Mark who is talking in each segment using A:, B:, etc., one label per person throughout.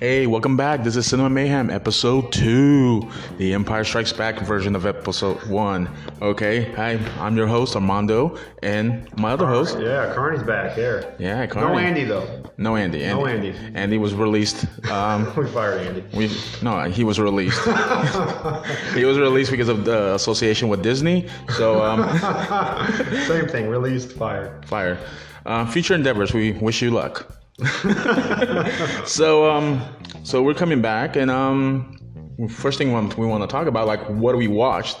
A: Hey, welcome back. This is Cinema Mayhem, episode two, the Empire Strikes Back version of episode one. Okay, hi, I'm your host Armando, and my other host,
B: Yeah, Carney's back there.
A: yeah, Carney.
B: No Andy though.
A: No Andy. Andy.
B: No Andy.
A: Andy was released. Um,
B: We fired Andy.
A: we no, he was released. he was released because of the association with Disney. So um,
B: Same thing. Released, fired.
A: fire. Uh, future endeavors. We wish you luck. so um so we're coming back and um first thing we want to talk about like what we watched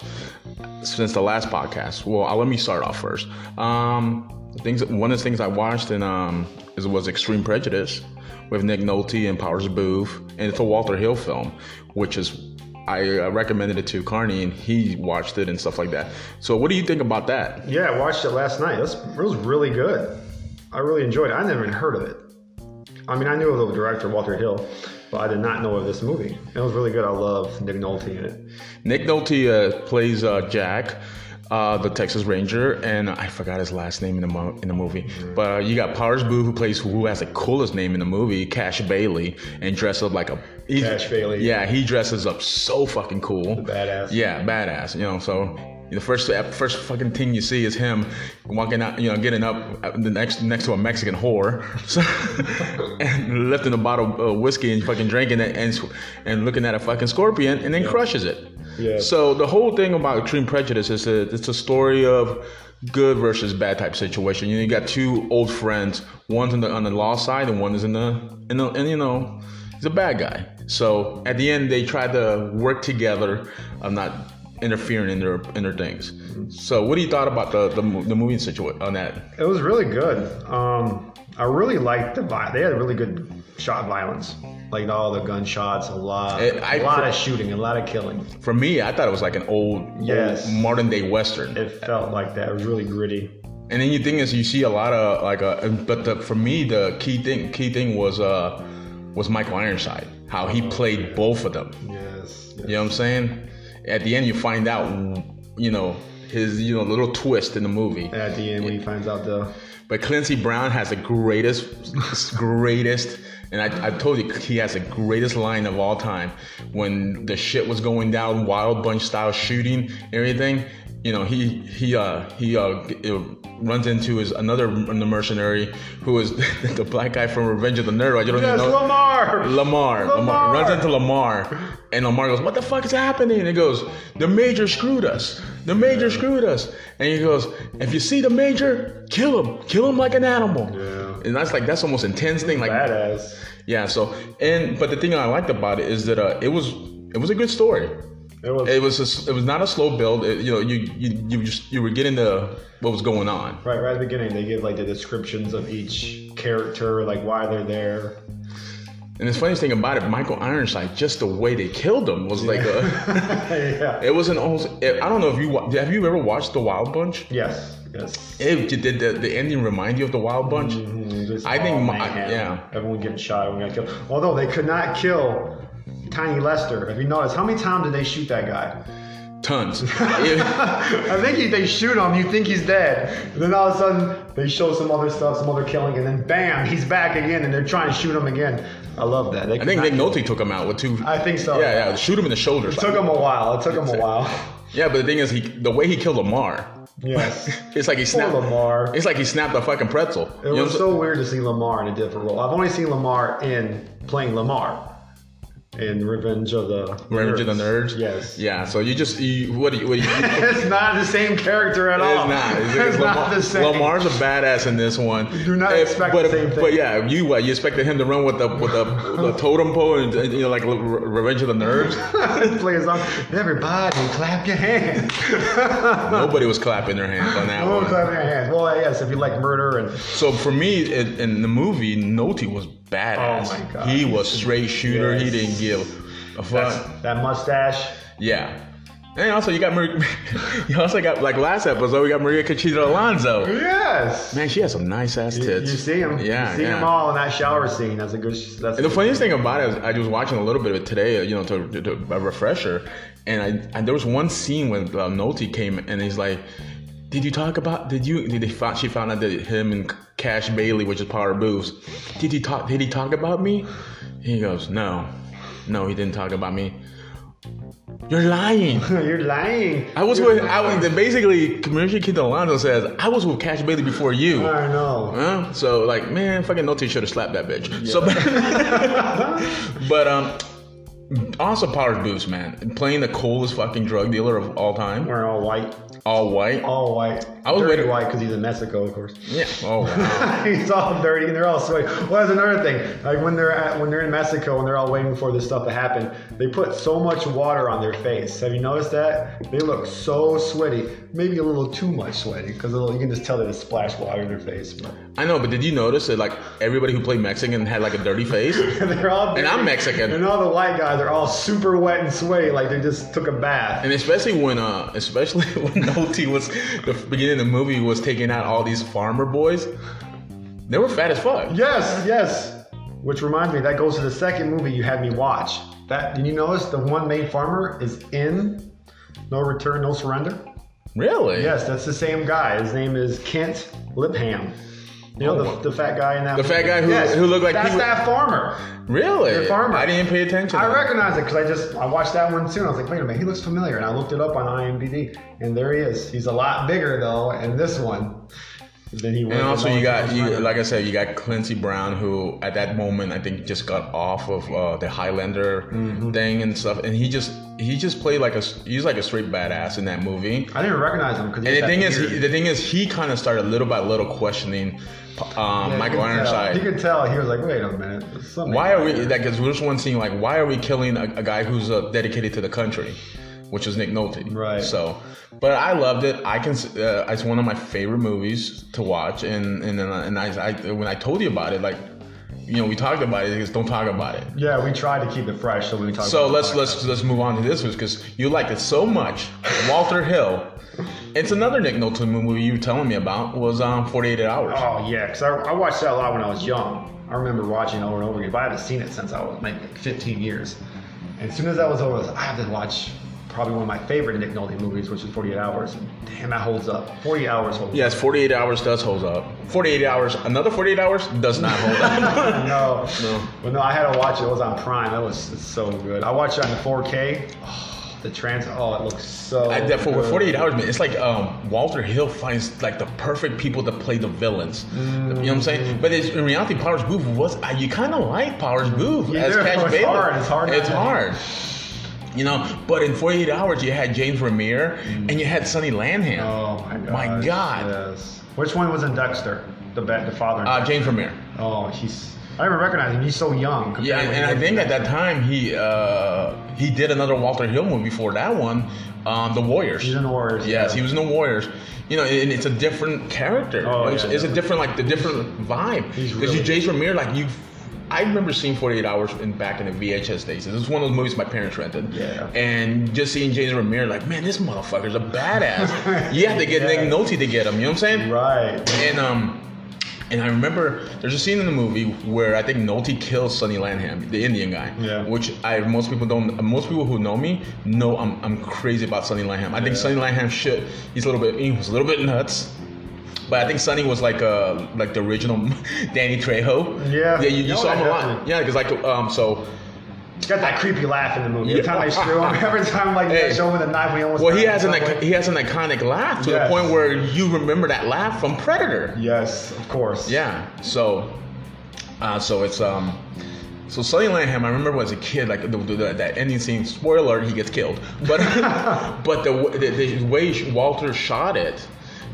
A: since the last podcast well I'll, let me start off first um things one of the things i watched and um is was extreme prejudice with nick nolte and powers booth and it's a walter hill film which is i uh, recommended it to carney and he watched it and stuff like that so what do you think about that
B: Yeah, I watched it last night. That's, it was really good. I really enjoyed it. I never even heard of it. I mean, I knew of the director Walter Hill, but I did not know of this movie. It was really good. I love Nick Nolte in it.
A: nick nolte uh, plays uh, jack uh, the Texas Ranger, and I forgot his last name in the mo- in the movie. But uh, you got Powers Boo, who plays who has the coolest name in the movie, Cash Bailey, and dressed up like a he-
B: Cash Bailey.
A: Yeah, he dresses up so fucking cool.
B: Badass.
A: Yeah, badass. You know, so the first first fucking thing you see is him walking out, you know, getting up at the next next to a Mexican whore, so, and lifting a bottle of whiskey and fucking drinking it and sw- and looking at a fucking scorpion and then crushes it.
B: Yeah.
A: So the whole thing about extreme prejudice is a, it's a story of good versus bad type situation. You, know, you got two old friends, one's on the on the law side and one is in the in the and you know he's a bad guy. So at the end, they try to work together of not interfering in their in their things. So what do you thought about the the, mo- the movie situation on that?
B: It was really good. Um, I really liked the vi- they had really good shot violence, like all the gunshots, a lot,
A: It-
B: a
A: I-
B: lot of shooting, a lot of killing.
A: For me, I thought it was like an old,
B: Yes.
A: modern day western.
B: It felt like that. It was really gritty.
A: And then you thing is you see a lot of like uh but the, for me the key thing key thing was uh was Michael Ironside how he played both of them.
B: Yes.
A: You know what I'm saying? At the end you find out you know his you know little twist in the movie.
B: At the end, when he finds out the
A: But Clancy Brown has the greatest, greatest, and I, I told you he has the greatest line of all time. When the shit was going down, Wild Bunch style shooting, everything. You know, he he uh he uh g- uh, runs into his another m- mercenary who is the black guy from Revenge of the Nerd. I don't even
B: yes,
A: know.
B: Lamar.
A: Lamar, Lamar.
B: Lamar.
A: runs into Lamar, and Lamar goes, "What the fuck is happening?" And he goes, "The major screwed us. The major screwed us." And he goes, "If you see the major, kill him. Kill him like an animal."
B: Yeah.
A: And that's like that's the most intense thing. Like
B: Badass.
A: yeah. So and but the thing I liked about it is that uh, it was it was a good story.
B: It was
A: It was a, it was not a slow build. It- you know, you you you just you were getting the what was going on.
B: right right at the beginning. They give like the descriptions of each character, like why they're there.
A: And the funniest thing about it, Michael Ironside, just the way they killed him was like a.
B: yeah.
A: It was an old. I don't know if you wa- have you ever watched The Wild Bunch.
B: Yes. Yes.
A: It did the, the, the ending remind you of The Wild Bunch.
B: Mhm, just
A: I think
B: all
A: my-
B: mayhem.
A: yeah.
B: Everyone getting shot. Everyone got killed. Although they could not kill Tiny Lester. If you notice, how many times did they shoot that guy?
A: Tons. Yeah.
B: I think he, they shoot him. You think he's dead. And then all of a sudden they show some other stuff, some other killing, and then bam, he's back again, and they're trying to shoot him again. I love that. They
A: I think Nick Nolte took him out with two.
B: I think so.
A: yeah, yeah. Shoot him in the shoulders.
B: It took him a while. It took him a while.
A: yeah, but the thing is, he the way he killed Lamar,
B: Yes.
A: it's like he
B: Poor
A: snapped.
B: Lamar.
A: It's like he snapped a fucking pretzel.
B: It was so weird to see Lamar in a different role. I've only seen Lamar in playing Lamar in Revenge of the
A: Revenge of the Nerds.
B: Yes.
A: Yeah. So you just you, what do you what do you.
B: It's not the same character at
A: It's
B: all.
A: not. It's, it's
B: Oh. not
A: Lamar-
B: the same.
A: Lamar's a badass in this one.
B: do not
A: Eh,
B: expect
A: but,
B: the same thing.
A: But yeah, you what you expected him to run with the with the, the totem pole and you know like Re- Revenge of the Nerds.
B: Play a song. Everybody clap your hands.
A: Nobody was clapping their hands on that
B: Oh,
A: one.
B: clap your hands. Well, yes, if you like murder and
A: So for me, in, in the movie, Nolte was badass.
B: Oh my God.
A: He was straight shooter. He
B: Yes.
A: didn't give a fuck.
B: that's, that mustache.
A: yeah. And also, you got Maria, you also got like last episode, we got Maria Conchita Alonso.
B: Yes.
A: Man, she has some nice ass
B: You,
A: tits.
B: you see him.
A: Yeah,
B: You see
A: yeah.
B: them all in that shower scene. That's a good. That's a
A: And the
B: good-
A: funniest thing about it is, I was watching a little bit of it today, you know, to, to, to- a refresher, and I, I there was one scene when uh, Nolte came and he's like, "Did you talk about? Did you? Did they found? She found out that him and Cash Bailey, which is Power Booths, did he talk? Did he talk about me?" He goes, no, no, he didn't talk about me. You're lying.
B: You're lying.
A: I was
B: You're
A: with, I was,
B: lying.
A: then basically, Community Kid Alonso says, I was with Cash Bailey before you.
B: I know.
A: Huh? So, like, man, fucking Nolte should have slapped that bitch. So, but, but, um, also Powers Boost, man. Playing the coolest fucking drug dealer of all time,
B: Wearing all white.
A: all white.
B: All white.
A: I was
B: dirty
A: waiting-
B: white because he's in Mexico, of course.
A: Yeah. Oh, wow.
B: he's all dirty and they're all sweaty. Well, that's another thing. Like when they're at, when they're in Mexico and they're all waiting for this stuff to happen, they put so much water on their face. Have you noticed that? They look so sweaty. Maybe a little too much sweaty because you can just tell they just splashed water in their face. But
A: I know, but did you notice that like everybody who played Mexican had like a dirty face?
B: they're all
A: And I'm
B: dirty.
A: Mexican.
B: And all the white guys are all super wet and sweaty, like they just took a bath.
A: And especially when, uh, especially when Nolte was the beginning of the movie was taking out all these farmer boys. They were fat as fuck.
B: Yes, yes. Which reminds me, that goes to the second movie you had me watch. That did you notice the one main farmer is in No Return, No Surrender?
A: Really?
B: Yes, that's the same guy. His name is Kent Lipham. You know
A: Oh.
B: the, the fat guy in that.
A: The fat guy who- who looked like
B: that's
A: he was-
B: that farmer.
A: Really?
B: They're farmers.
A: I didn't pay attention.
B: I recognize it because I just I watched that one too. And I was like, wait a minute, he looks familiar, and I looked it up on IMDb, and there he is. He's a lot bigger though in this one than he was.
A: And
B: in
A: also,
B: Lone
A: you got
B: Star
A: you
B: Surrender.
A: like I said, you got Clancy Brown, who at that moment I think just got off of uh, the Highlander
B: Mm-hmm.
A: thing and stuff, and he just he just played like a s- he's like a straight badass in that movie.
B: I didn't recognize him because.
A: And the thing is, he, the thing is, he kind of started little by little questioning um, Michael
B: He
A: Ironside.
B: could tell. He was like, wait a minute, there's something
A: Why are we?
B: here."
A: That because we're just one seeing like, why are we killing a, a guy who's uh, dedicated to the country, which is Nick Nolte.
B: Right.
A: So, but I loved it. I can. Uh, it's one of my favorite movies to watch. And and then, uh, and I, I when I told you about it, like, you know, we talked about it. Because don't talk about it.
B: Yeah, we tried to keep it fresh, so we talked.
A: So
B: about
A: let's
B: it.
A: let's let's move on to this because you liked it so much, Walter Hill. It's another Nick Nolte movie you were telling me about was um 48 Hours.
B: Oh yeah, because I, I watched that a lot when I was young. I remember watching it over and over again, but I haven't seen it since I was like 15 years. And as soon as that was over, I was like, I have to watch probably one of my favorite Nick Nolte movies, which is 48 Hours. And damn, that holds up. 48 Hours holds
A: Yes, 48 Hours does hold up. 48 Hours, another 48 Hours does not hold up.
B: up. No,
A: No.
B: But no, I had to watch it. It was on Prime. That was it's so good. I watched it on the 4K. Oh, the trans. Oh, it looks so.
A: I, that for
B: good.
A: 48 Hours, man, it's like um, Walter Hill finds like the perfect people to play the villains. You know what I'm
B: Mm.
A: saying? But it's, in reality, Powers Booth was uh, you kind of like Powers Booth
B: You
A: as
B: do.
A: Cash
B: It's
A: Bailey.
B: hard. It's hard
A: It's
B: not to.
A: hard. You know, but in 48 Hours, you had James Remir and you had Sonny Lanham.
B: Mm. Oh my god.
A: My God.
B: Yes. Which one was in Dexter? The ba- the father. in
A: Uh, James Vermeer.
B: Oh, he's. I don't even recognize him. He's so young. compared
A: Yeah,
B: to
A: and,
B: when
A: and
B: he
A: I
B: was
A: think
B: in
A: at that time he uh, he did another Walter Hill movie before that one, um, The Warriors.
B: He's in the Warriors.
A: yes,
B: yeah.
A: he was in The Warriors. You know, and it's a different character.
B: Oh,
A: it's,
B: yeah,
A: it's a
B: yeah.
A: different like the different vibe.
B: He's
A: Because
B: really-
A: you James Remir, like you, I remember seeing Forty Eight Hours in, back in the VHS days. It was one of those movies my parents rented.
B: Yeah.
A: And just seeing James Remir, like man, this motherfucker's a badass. you have to get
B: Yeah.
A: Nick Nolte to get him. You know what I'm saying?
B: Right.
A: And um, and I remember there's a scene in the movie where I think Nolte kills Sonny Lanham, the Indian guy.
B: Yeah.
A: Which I most people don't. Most people who know me know I'm I'm crazy about Sonny Lanham. I think
B: Yeah.
A: Sonny Lanham should. He's a little bit. He was a little bit nuts. But I think Sonny was like uh like the original Danny Trejo.
B: Yeah.
A: Yeah. You, you
B: No,
A: saw him a lot.
B: definitely.
A: Yeah, because like um so.
B: He's got that creepy laugh in the movie.
A: Yeah.
B: Every time they screw him, every time like
A: Hey.
B: they show him with a knife, we almost.
A: Well, he
B: died
A: has an
B: somewhere.
A: ic- he has an iconic laugh to
B: Yes.
A: the point where you remember that laugh from Predator.
B: Yes, of course.
A: Yeah. So, uh, so it's um, so Sonny Lanham. I remember as a kid, like the, the, that ending scene. Spoiler: he gets killed. But but the, w- the the way Walter shot it.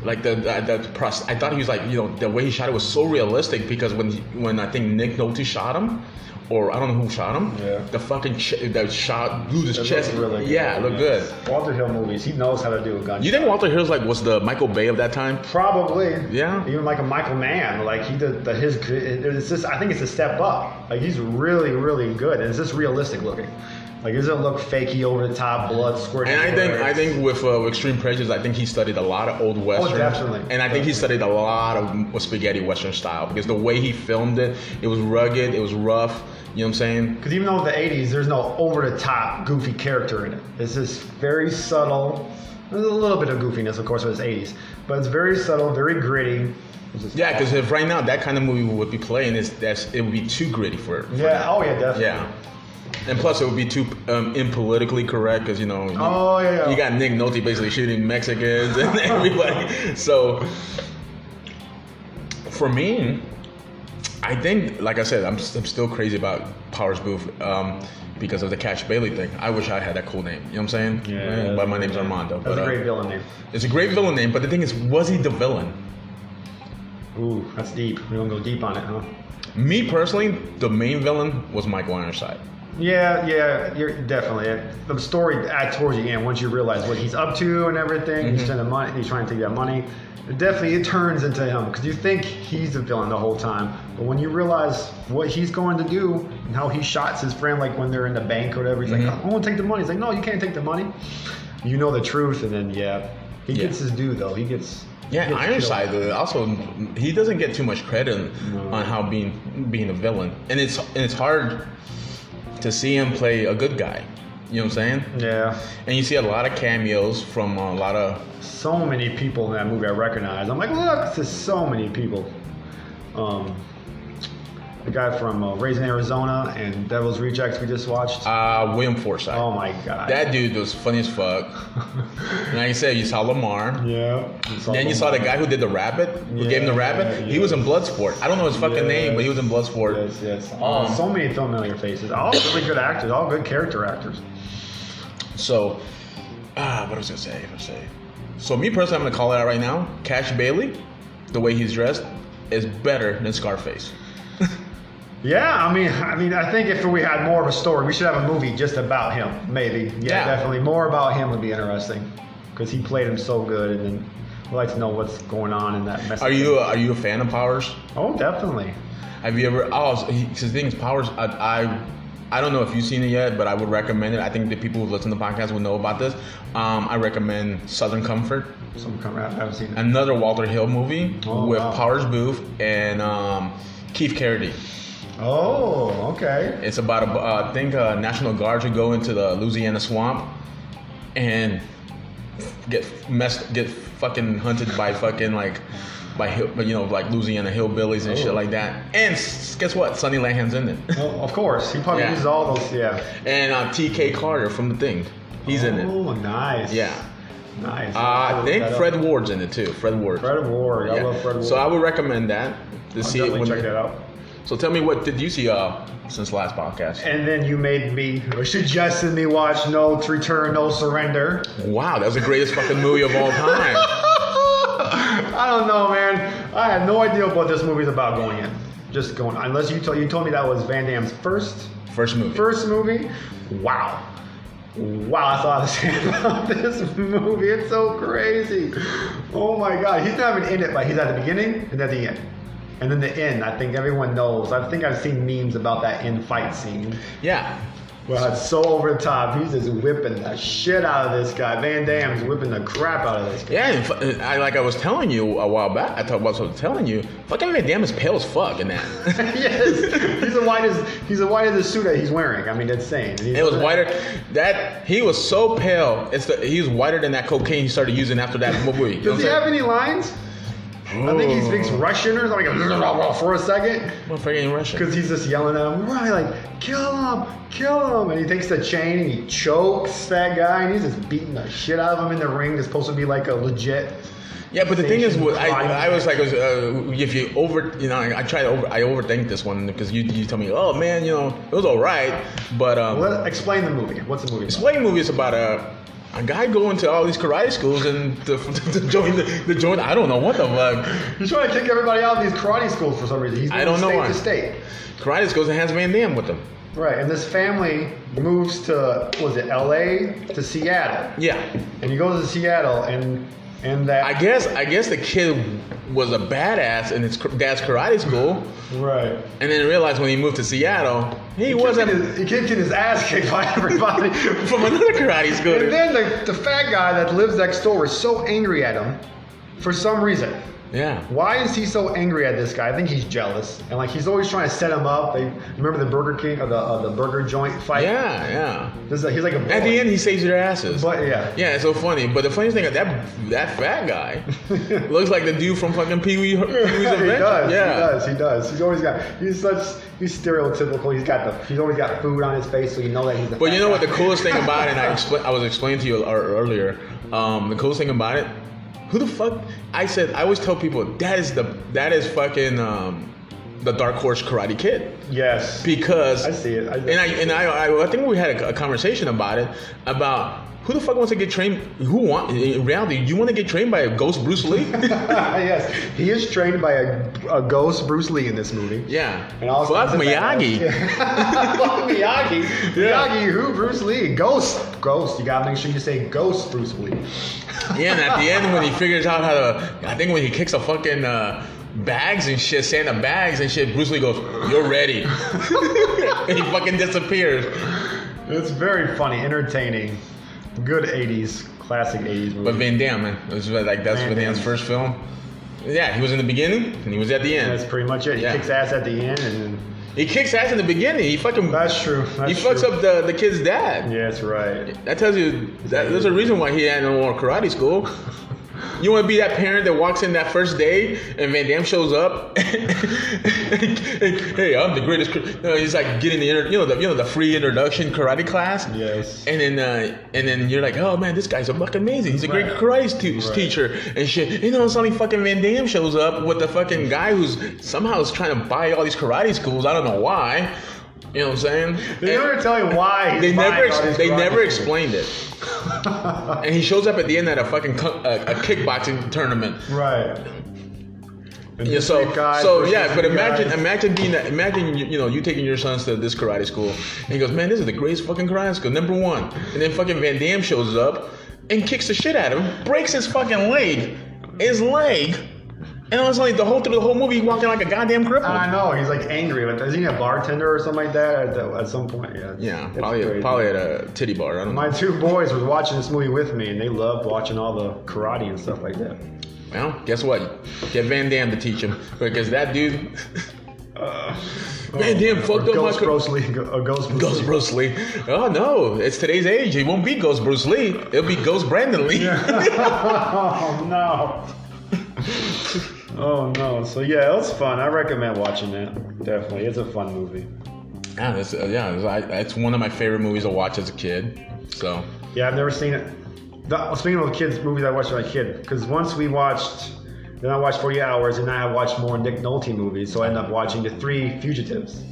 A: Like the the, the pros- I thought he was like you know the way he shot it was so realistic because when he, when I think Nick Nolte shot him, or I don't know who shot him,
B: Yeah.
A: the fucking ch- the shot blew his
B: It
A: chest.
B: looks really good.
A: yeah, look
B: Yes.
A: good.
B: Walter Hill movies. He knows how to do a gun.
A: You think Walter Hill's like was the Michael Bay of that time?
B: Probably.
A: Yeah.
B: Even like a Michael Mann, like he did the, his. It's just I think it's a step up. Like he's really really good, and it's just realistic looking. Like it doesn't look fakey over the top, blood squirting.
A: And I think
B: everywhere.
A: I think with uh, Extreme Prejudice, I think he studied a lot of old westerns.
B: Oh, definitely.
A: And I think he studied a lot of spaghetti western style because the way he filmed it, it was rugged, it was rough. You know what I'm saying?
B: Because even though the 80s, there's no over the top goofy character in it. It's just very subtle. There's a little bit of goofiness, of course, with it's 80s, but it's very subtle, very gritty. It's just-
A: Yeah, because if right now that kind of movie would be playing, it's that's it would be too gritty for it.
B: Yeah. Oh yeah, definitely.
A: Yeah. And plus, it would be too um, impolitically correct because you know you,
B: Oh yeah.
A: you got Nick Nolte basically shooting Mexicans and everybody. So for me, I think, like I said, I'm, s- I'm still crazy about Powers Booth um, because of the Cash Bailey thing. I wish I had that cool name. You know what I'm saying?
B: Yeah,
A: But my
B: that's-
A: name's Armando.
B: That's
A: but,
B: a
A: uh,
B: great villain name.
A: It's a great villain name, but the thing is, was he the villain?
B: Ooh, that's deep. We don't go deep on it, huh?
A: Me personally, the main villain was Michael Ironside.
B: Yeah, yeah, you're definitely. It. The story at towards the end, once you realize what he's up to and everything, he's trying to money, he's trying to take that money. It definitely, it turns into him because you think he's the villain the whole time, but when you realize what he's going to do and how he shots his friend, like when they're in the bank or whatever, he's like, "I want to take the money." He's like, "No, you can't take the money." You know the truth, and then yeah, he
A: Yeah.
B: gets his due though. He gets
A: Yeah,
B: he gets
A: Ironside
B: killed.
A: uh, also he doesn't get too much credit on how being being a villain, and it's and it's hard to see him play a good guy. You know what I'm saying?
B: Yeah,
A: And you see a lot of cameos from a lot of
B: so many people in that movie I recognize. I'm like, look, there's so many people. Um, the guy from uh, Raising Arizona and Devil's Rejects we just watched.
A: uh, William Forsythe.
B: oh my god.
A: that dude was funny as fuck. And like you said, you saw Lamar.
B: yeah.
A: Then you saw the guy who did the rabbit, who gave him the
B: Yeah,
A: rabbit. He was in Bloodsport. I don't know his fucking name, but he was in Bloodsport.
B: Yes, yes. Uh,
A: Um,
B: so many familiar faces. All really good actors. All good character actors.
A: So, ah, what was I gonna say? What was I gonna say? So, me personally, I'm gonna call it out right now. Cash Bailey, the way he's dressed, is better than Scarface.
B: Yeah, I mean, I mean, I think if we had more of a story, we should have a movie just about him. Maybe, yeah,
A: Yeah.
B: definitely more about him would be interesting because he played him so good, and then I'd like to know what's going on in that.
A: Are you uh, are you a fan of Powers?
B: Oh, definitely.
A: Have you ever? Oh, so he- 'cause the thing is, Powers. I, I I don't know if you've seen it yet, but I would recommend it. I think the people who listen to the podcast will know about this. Um, I recommend Southern Comfort,
B: Some kind of, I haven't seen it.
A: another Walter Hill movie
B: Oh,
A: with
B: wow.
A: Powers Booth and um, Keith Carradine.
B: Oh, okay.
A: It's about a, uh, I think uh, National Guards who go into the Louisiana swamp and get messed, get fucking hunted by fucking like by hill- you know like Louisiana hillbillies and shit
B: Oh.
A: like that. And s- guess what? Sonny Landham's in it,
B: Well, of course, he probably
A: Yeah.
B: uses all those. Yeah.
A: and uh, T.K. Carter from The Thing, he's in it.
B: Oh, nice.
A: Yeah,
B: Nice.
A: uh,
B: I'll
A: I
B: look
A: think
B: that up.
A: Fred Ward's in it too. Fred Ward.
B: Fred Ward. I
A: Yeah.
B: love Fred Ward.
A: So I would recommend that to
B: I'll
A: see it.
B: definitely
A: when-
B: check that out.
A: So tell me, what did you see uh, since last podcast?
B: And then you made me or suggested me watch No Return, No Surrender.
A: Wow, that was the greatest fucking movie of all time.
B: I don't know, man. I had no idea what this movie's about going in. Just going, unless you told you told me that was Van Damme's first
A: First movie.
B: first movie. Wow, wow! That's all I say about this movie. It's so crazy. Oh my god, he's not even in it, but he's at the beginning and at the end. And then the end, I think everyone knows. I think I've seen memes about that end fight scene.
A: Yeah.
B: Well, it's so over the top. He's just whipping the shit out of this guy. Van Damme's whipping the crap out of this guy.
A: Yeah, and fu- I, like I was telling you a while back, I thought what I was telling you, fucking Van Damme is pale as fuck in that.
B: yes, he's the whitest. He's the whitest the suit that he's wearing. I mean, that's insane. And he's-
A: it was whiter. That he was so pale. It's the, he was whiter than that cocaine he started using after that movie. You know
B: Does he
A: what
B: have
A: I'm
B: any lines?
A: saying?
B: I think he
A: Ooh.
B: speaks Russian or something like, for a second
A: Motherfucker ain't Russian.
B: because he's just yelling at him. Right, like kill him, kill him, and he takes the chain and he chokes that guy, and he's just beating the shit out of him in the ring. It's supposed to be like a legit.
A: Yeah, but the thing is, what
B: Crime.
A: I, I was like, was, uh, if you over, you know, I, I tried to over, I overthink this one because you you tell me, oh man, you know, it was all right, but um,
B: Let, explain the movie. What's the movie? About?
A: Explain movie is about a a guy going to all these karate schools and to, to join the, to join. I don't know what the fuck.
B: He's trying to kick everybody out of these karate schools for some reason. He's
A: I don't
B: going
A: know
B: state
A: why.
B: to state.
A: Karate schools and has Van Damme with them.
B: Right, and this family moves to was it L.A. to Seattle,
A: Yeah,
B: and he goes to Seattle, and and that
A: I guess I guess the kid was a badass in his kar- dad's karate school,
B: right.
A: and then realized when he moved to Seattle, he, wasn't
B: His, he kept getting his ass kicked by everybody.
A: from another karate
B: and
A: school.
B: then the, the fat guy that lives next door is so angry at him for some reason.
A: Yeah.
B: Why is he so angry at this guy? I think he's jealous, and like he's always trying to set him up. They remember the Burger King or the uh, the burger joint fight.
A: Yeah, yeah.
B: This is like, he's like a bully.
A: At the end, he saves their asses.
B: But yeah,
A: yeah, it's so funny. But the funniest thing is that that fat guy looks like the dude from fucking Pee Wee Pee Wee's Adventure.
B: he does. He
A: yeah,
B: does. He does. He's always got. He's such. He's stereotypical. He's got the. He's always got food on his face, so you know that he's. A
A: But
B: fat
A: you know what?
B: guy.
A: The coolest thing about it, and I, expl- I was explaining to you ear- earlier, um, the coolest thing about it, who the fuck? I said, I always tell people that is the that is fucking um, the dark horse Karate Kid
B: Yes.
A: because
B: I see it. I,
A: and I and I, I, I think we had a, a conversation about it about. Who the fuck wants to get trained? Who want in reality? You want to get trained by a ghost Bruce Lee?
B: yes. He is trained by a, a ghost Bruce Lee in this movie.
A: yeah.
B: And also
A: fuck Miyagi.
B: Fuck Miyagi.
A: Yeah.
B: Miyagi, who? Bruce Lee. Ghost. Ghost. You gotta make sure you say ghost Bruce Lee.
A: Yeah, and at the end when he figures out how to, I think when he kicks a fucking uh, bags and shit, sand of bags and shit, Bruce Lee goes, "You're ready," and he fucking disappears.
B: It's very funny, entertaining, good 80s, classic 80s movie.
A: But Van Damme, man, it was uh, like that's
B: Van
A: Van Damme's
B: Damme.
A: first film. Yeah, he was in the beginning and he was at the
B: That's
A: end.
B: pretty much it. He
A: Yeah.
B: kicks ass at the end, and then
A: He kicks ass in the beginning. He fucking
B: that's true.
A: he
B: That's
A: fucks
B: true.
A: up the, the kid's dad.
B: Yeah, that's right.
A: That tells you that there's a reason why he had no more karate school. You want to be that parent that walks in that first day and Van Damme shows up. hey, I'm the greatest. kar- No, he's like getting the inter- you know the you know the free introduction karate class.
B: Yes.
A: And then uh, and then you're like, oh man, this guy's a fucking amazing. He's a great
B: Right.
A: karate te-
B: Right.
A: teacher and shit. You know, suddenly fucking Van Damme shows up with the fucking guy who's somehow is trying to buy all these karate schools. I don't know why. You know what I'm saying?
B: They
A: And-
B: never tell you why. He's
A: they never,
B: buying all
A: ex-
B: these
A: they
B: karate
A: never
B: schools.
A: explained it. and he shows up at the end at a fucking co- a, a kickboxing tournament.
B: Right. And
A: Yeah,
B: this
A: so,
B: big guy
A: so
B: versus
A: yeah, but
B: big
A: imagine,
B: guy.
A: imagine being, that, imagine you, you know, you taking your sons to this karate school, and he goes, man, this is the greatest fucking karate school, number one. And then fucking Van Damme shows up and kicks the shit out of him, breaks his fucking leg, his leg, and all of a sudden, the whole through the whole movie, he's walking like a goddamn cripple.
B: I know he's like angry, but isn't he a bartender or something like that at, the, at some point? Yeah, it's-
A: yeah,
B: it's
A: probably,
B: crazy.
A: probably at a titty bar. I don't know.
B: My two boys was watching this movie with me, and they loved watching all the karate and stuff like that.
A: Well, guess what? Get Van Damme to teach him because that dude.
B: Uh,
A: Van Damme fucked up my
B: Ghost
A: co-
B: Bruce Lee. uh, Ghost Bruce
A: Ghost
B: Lee.
A: Bruce Lee. Oh no, it's today's age. It won't be Ghost Bruce Lee. It'll be Ghost Brandon Lee.
B: oh no. oh no. So yeah, it was fun. I recommend watching that. Definitely, it's a fun movie.
A: yeah, that's, uh, yeah that's, I, that's one of my favorite movies to watch as a kid. So
B: Yeah, I've never seen it. The, speaking of kids' movies, I watched when I was a kid. Because once we watched, then I watched 40 Hours, and I watched more Nick Nolte movies. So I ended up watching the three Fugitives.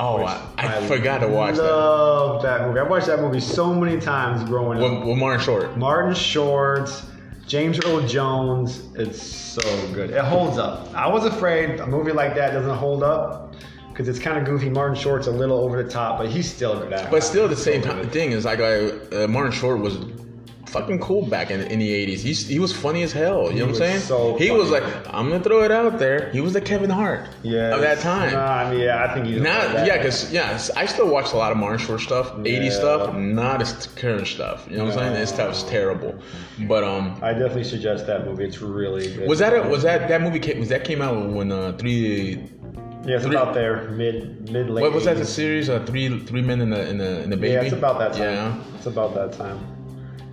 A: oh, I, I,
B: I
A: forgot to watch that.
B: Love that movie. I watched that movie so many times growing up.
A: With, with Martin Short.
B: Martin Shorts, James Earl Jones. It's so good. It holds up. I was afraid a movie like that doesn't hold up because it's kind of goofy. Martin Short's a little over the top, but he's still good at it.
A: But still, the same time, thing is like I, uh, Martin Short was fucking cool back in, in the '80s. He he was funny as hell. You know what I'm
B: was
A: saying?
B: so
A: he was like,
B: funny.
A: I'm gonna throw it out there. He was the Kevin Hart
B: Yes.
A: of that time.
B: Nah, I mean, yeah, I think he's
A: Not
B: that.
A: yeah, cause yeah, s- I still watch a lot of Martin Short stuff, eighty
B: Yeah.
A: stuff, not as t- current stuff. You know what I'm saying? This stuff's terrible. But um,
B: I definitely suggest that movie. It's really good.
A: was that a, was that that movie came was that came out when uh three
B: Yeah, it's
A: three-
B: about there, mid mid late.
A: what was that the
B: 80s.
A: series uh three three men and a and a, and a baby?
B: Yeah, it's about that time.
A: Yeah.
B: It's about that time.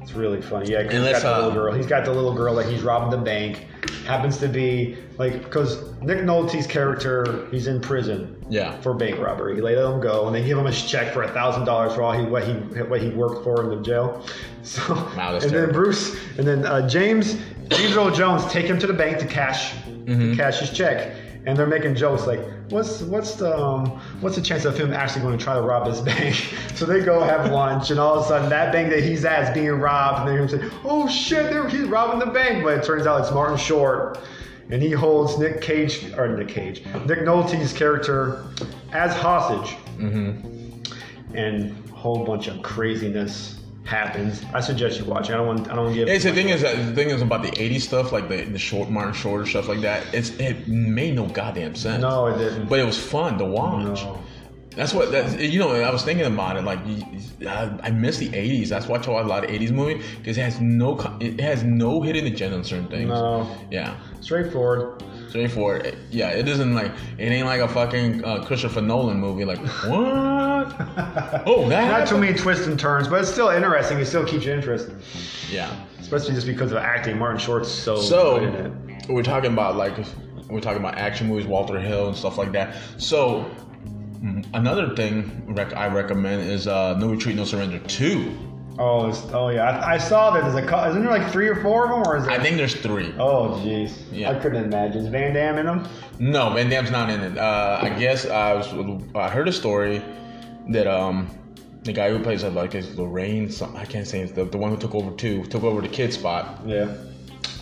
B: It's really funny. Yeah, 'cause
A: And
B: he's
A: let's,
B: got the little
A: uh,
B: girl. He's got the little girl that he's robbing the bank. Happens to be like because Nick Nolte's character, he's in prison
A: Yeah.
B: for bank robbery. They let him go, and they give him a check for a thousand dollars for all he what he what he worked for in the jail. So
A: that's
B: and
A: terrible.
B: then Bruce and then uh, James James Earl Jones take him to the bank to cash
A: Mm-hmm.
B: to cash his check. And they're making jokes like, "What's what's the um, what's the chance of him actually going to try to rob this bank?" so they go have lunch, and all of a sudden, that bank that he's at is being robbed, and they're gonna say, "Oh shit, they're, he's robbing the bank!" But it turns out it's Martin Short, and he holds Nick Cage or Nick Cage, Nick Nolte's character as hostage, and a whole bunch of craziness happens. I suggest you watch. it. I don't want. I don't give.
A: It's the thing is that the thing is about the '80s stuff, like the the short Martin Short stuff like that. It's it made no goddamn sense.
B: no, it didn't.
A: But it was fun to watch.
B: No.
A: That's what that you know. I was thinking about it. Like you- you- I, I miss the '80s. That's why I watch a lot of '80s movies because it has no co- it has no hidden agenda on certain things.
B: No.
A: Yeah.
B: Straightforward.
A: Straightforward. It- Yeah, it isn't like it ain't like a fucking uh, Christopher Nolan movie. Like what? Oh, that
B: Not too
A: happened?
B: many twists and turns, but it's still interesting. It still keeps you interested,
A: Yeah.
B: especially just because of acting. Martin Short's so,
A: So
B: good in it.
A: we're talking about like we're talking about action movies, Walter Hill and stuff like that. So mm, another thing rec- I recommend is uh, No Retreat, No Surrender Two.
B: Oh, it's, oh yeah, I, I saw that. There's a cou- isn't there like three or four of them, or is
A: I
B: it?
A: think there's three.
B: Oh jeez,
A: Yeah.
B: I couldn't imagine. Is Van Damme in them?
A: No, Van Damme's not in it. Uh, I guess I was I heard a story that um the guy who plays it like is Lorraine. Some, I can't say it's the, the one who took over two took over the kid spot.
B: Yeah.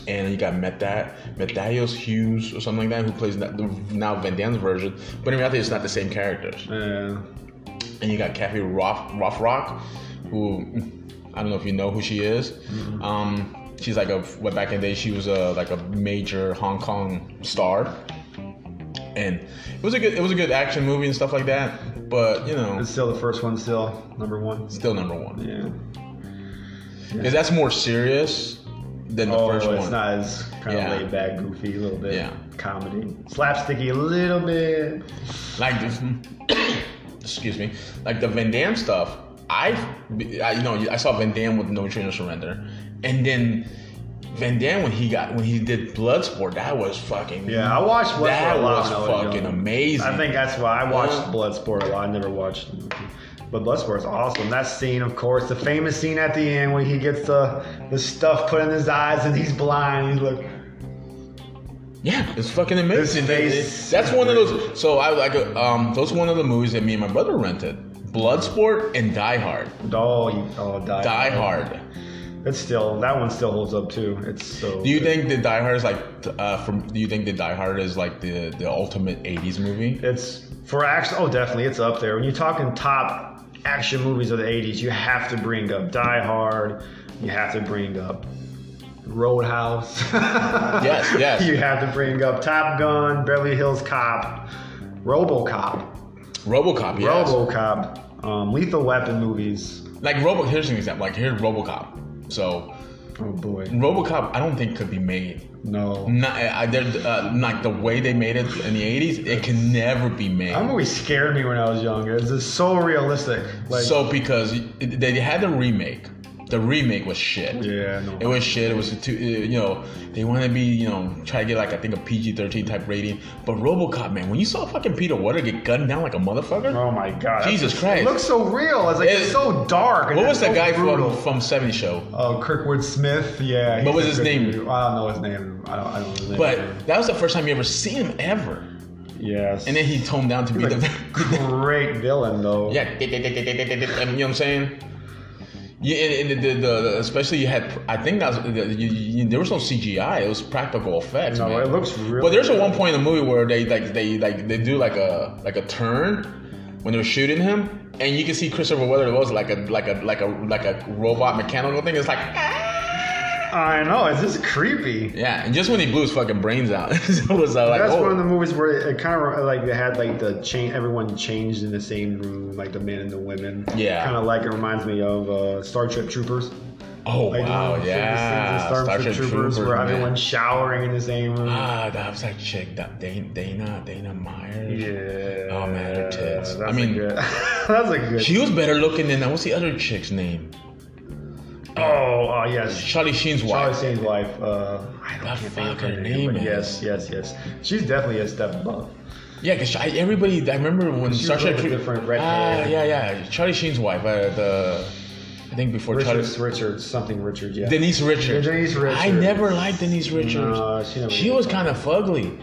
A: and you got Meta Methaios Hughes or something like that, who plays that, the, now Van Damme's version. But in reality, it's not the same characters.
B: Yeah.
A: And you got Kathy Roth Rothrock, who I don't know if you know who she is.
B: Mm-hmm.
A: Um, she's like a well, back in the day she was a like a major Hong Kong star. And it was a good it was a good action movie and stuff like that. But you know,
B: It's
A: it's
B: still the first one, still number one.
A: still number one
B: Yeah.
A: because that's more serious than the
B: Oh,
A: first
B: it's
A: one.
B: not as kind
A: Yeah.
B: of laid back, goofy, a little bit.
A: Yeah.
B: Comedy, slapsticky, a little bit.
A: like the, excuse me, like the Van Damme stuff. I, I you know I saw Van Damme with No Trainer Surrender, and then Van Damme when he got when he did Bloodsport, that was fucking
B: Yeah, I watched Bloodsport
A: that
B: a lot.
A: was
B: when I was
A: fucking
B: young.
A: amazing.
B: I think that's why I watched
A: Yeah.
B: Bloodsport a lot. I never watched, but Bloodsport's awesome. That scene, of course, the famous scene at the end where he gets the the stuff put in his eyes and he's blind. He's like,
A: yeah, it's fucking amazing.
B: His
A: That-
B: face-
A: that's one of those. So I like um those one of the movies that me and my brother rented. Bloodsport and Die Hard.
B: oh, you, oh, die.
A: Die Hard.
B: It's still that one still holds up too. It's so.
A: Do you
B: good.
A: think that Die Hard is like uh, from? Do you think that Die Hard is like the the ultimate '80s movie?
B: It's for action. Oh, definitely, it's up there. When you're talking top action movies of the '80s, you have to bring up Die Hard. You have to bring up Roadhouse. yes,
A: yes.
B: You have to bring up Top Gun, Beverly Hills Cop, RoboCop,
A: RoboCop. Yes.
B: RoboCop, um, Lethal Weapon movies.
A: Like Robo, here's an example. Like here's RoboCop. So
B: Oh boy,
A: RoboCop, I don't think could be made.
B: no.
A: Not I, there, uh, like the way they made it in the '80s, it can never be made.
B: That movie scared me when I was young. It's just so realistic. Like,
A: so because it- they had the remake, the remake was shit.
B: yeah, no.
A: It was shit. It was too, uh, you know, they want to be, you know, try to get like I think a PG-13 type rating. But RoboCop, man, when you saw fucking Peter Water get gunned down like a motherfucker,
B: Oh my god!
A: Jesus
B: It
A: Christ.
B: looks so real. It's like
A: It-
B: it's so dark. and
A: what was
B: it's
A: that
B: so
A: guy
B: brutal.
A: from from '70 Show?
B: Oh, Kirkwood Smith. Yeah.
A: What was
B: he's a
A: his
B: good
A: name?
B: dude. I don't know his name. I don't. I don't know his name.
A: But that was the first time you ever seen him ever.
B: yes.
A: And then he toned down to be
B: he's a
A: the
B: great villain though.
A: Yeah, you know what I'm saying? Yeah, and, and the, the, the especially you had I think that was, the, you, you, there was no CGI. It was practical effects.
B: No,
A: man.
B: it looks real.
A: But there's a one point in the movie where they like they like they do like a like a turn when they're shooting him, and you can see Christopher Weather was like a like a like a like a robot mechanical thing. It's like "Ah!"
B: I know. It's just creepy.
A: yeah, and just when he blew his fucking brains out, it was uh, like
B: That's
A: oh.
B: one of the movies where it kind of like they had like the chain. Everyone changed in the same room, like the men and the women.
A: Yeah.
B: Kind of like it reminds me of uh, Star Trek Troopers.
A: oh
B: Like,
A: wow
B: you know,
A: yeah
B: Star, Trek Troopers, where
A: man.
B: everyone's showering in the same room.
A: Ah, that was that chick, that Dana, Dana, Dana Myers.
B: Yeah.
A: Oh, man, her tits.
B: That's
A: I mean-
B: a good, that's a good.
A: She was better looking than that. What's the other chick's name?
B: oh, oh yes.
A: Charlie Sheen's
B: Charlie
A: wife.
B: Sheen's wife. Uh, I
A: The
B: don't
A: fuck
B: can't think of
A: her
B: her name.
A: name
B: but
A: is.
B: yes, yes, yes. She's definitely a step above.
A: Yeah, because everybody, I remember when
B: She
A: Star
B: was
A: Trek.
B: with different red
A: Ah,
B: hair.
A: yeah, yeah. Charlie Sheen's wife. Uh, the, I think before
B: Richards,
A: Charlie.
B: Richards, something Richard. Yeah.
A: Denise Richards.
B: Denise Richards.
A: I never liked Denise Richards.
B: No, she never
A: she
B: did.
A: was kind of fugly.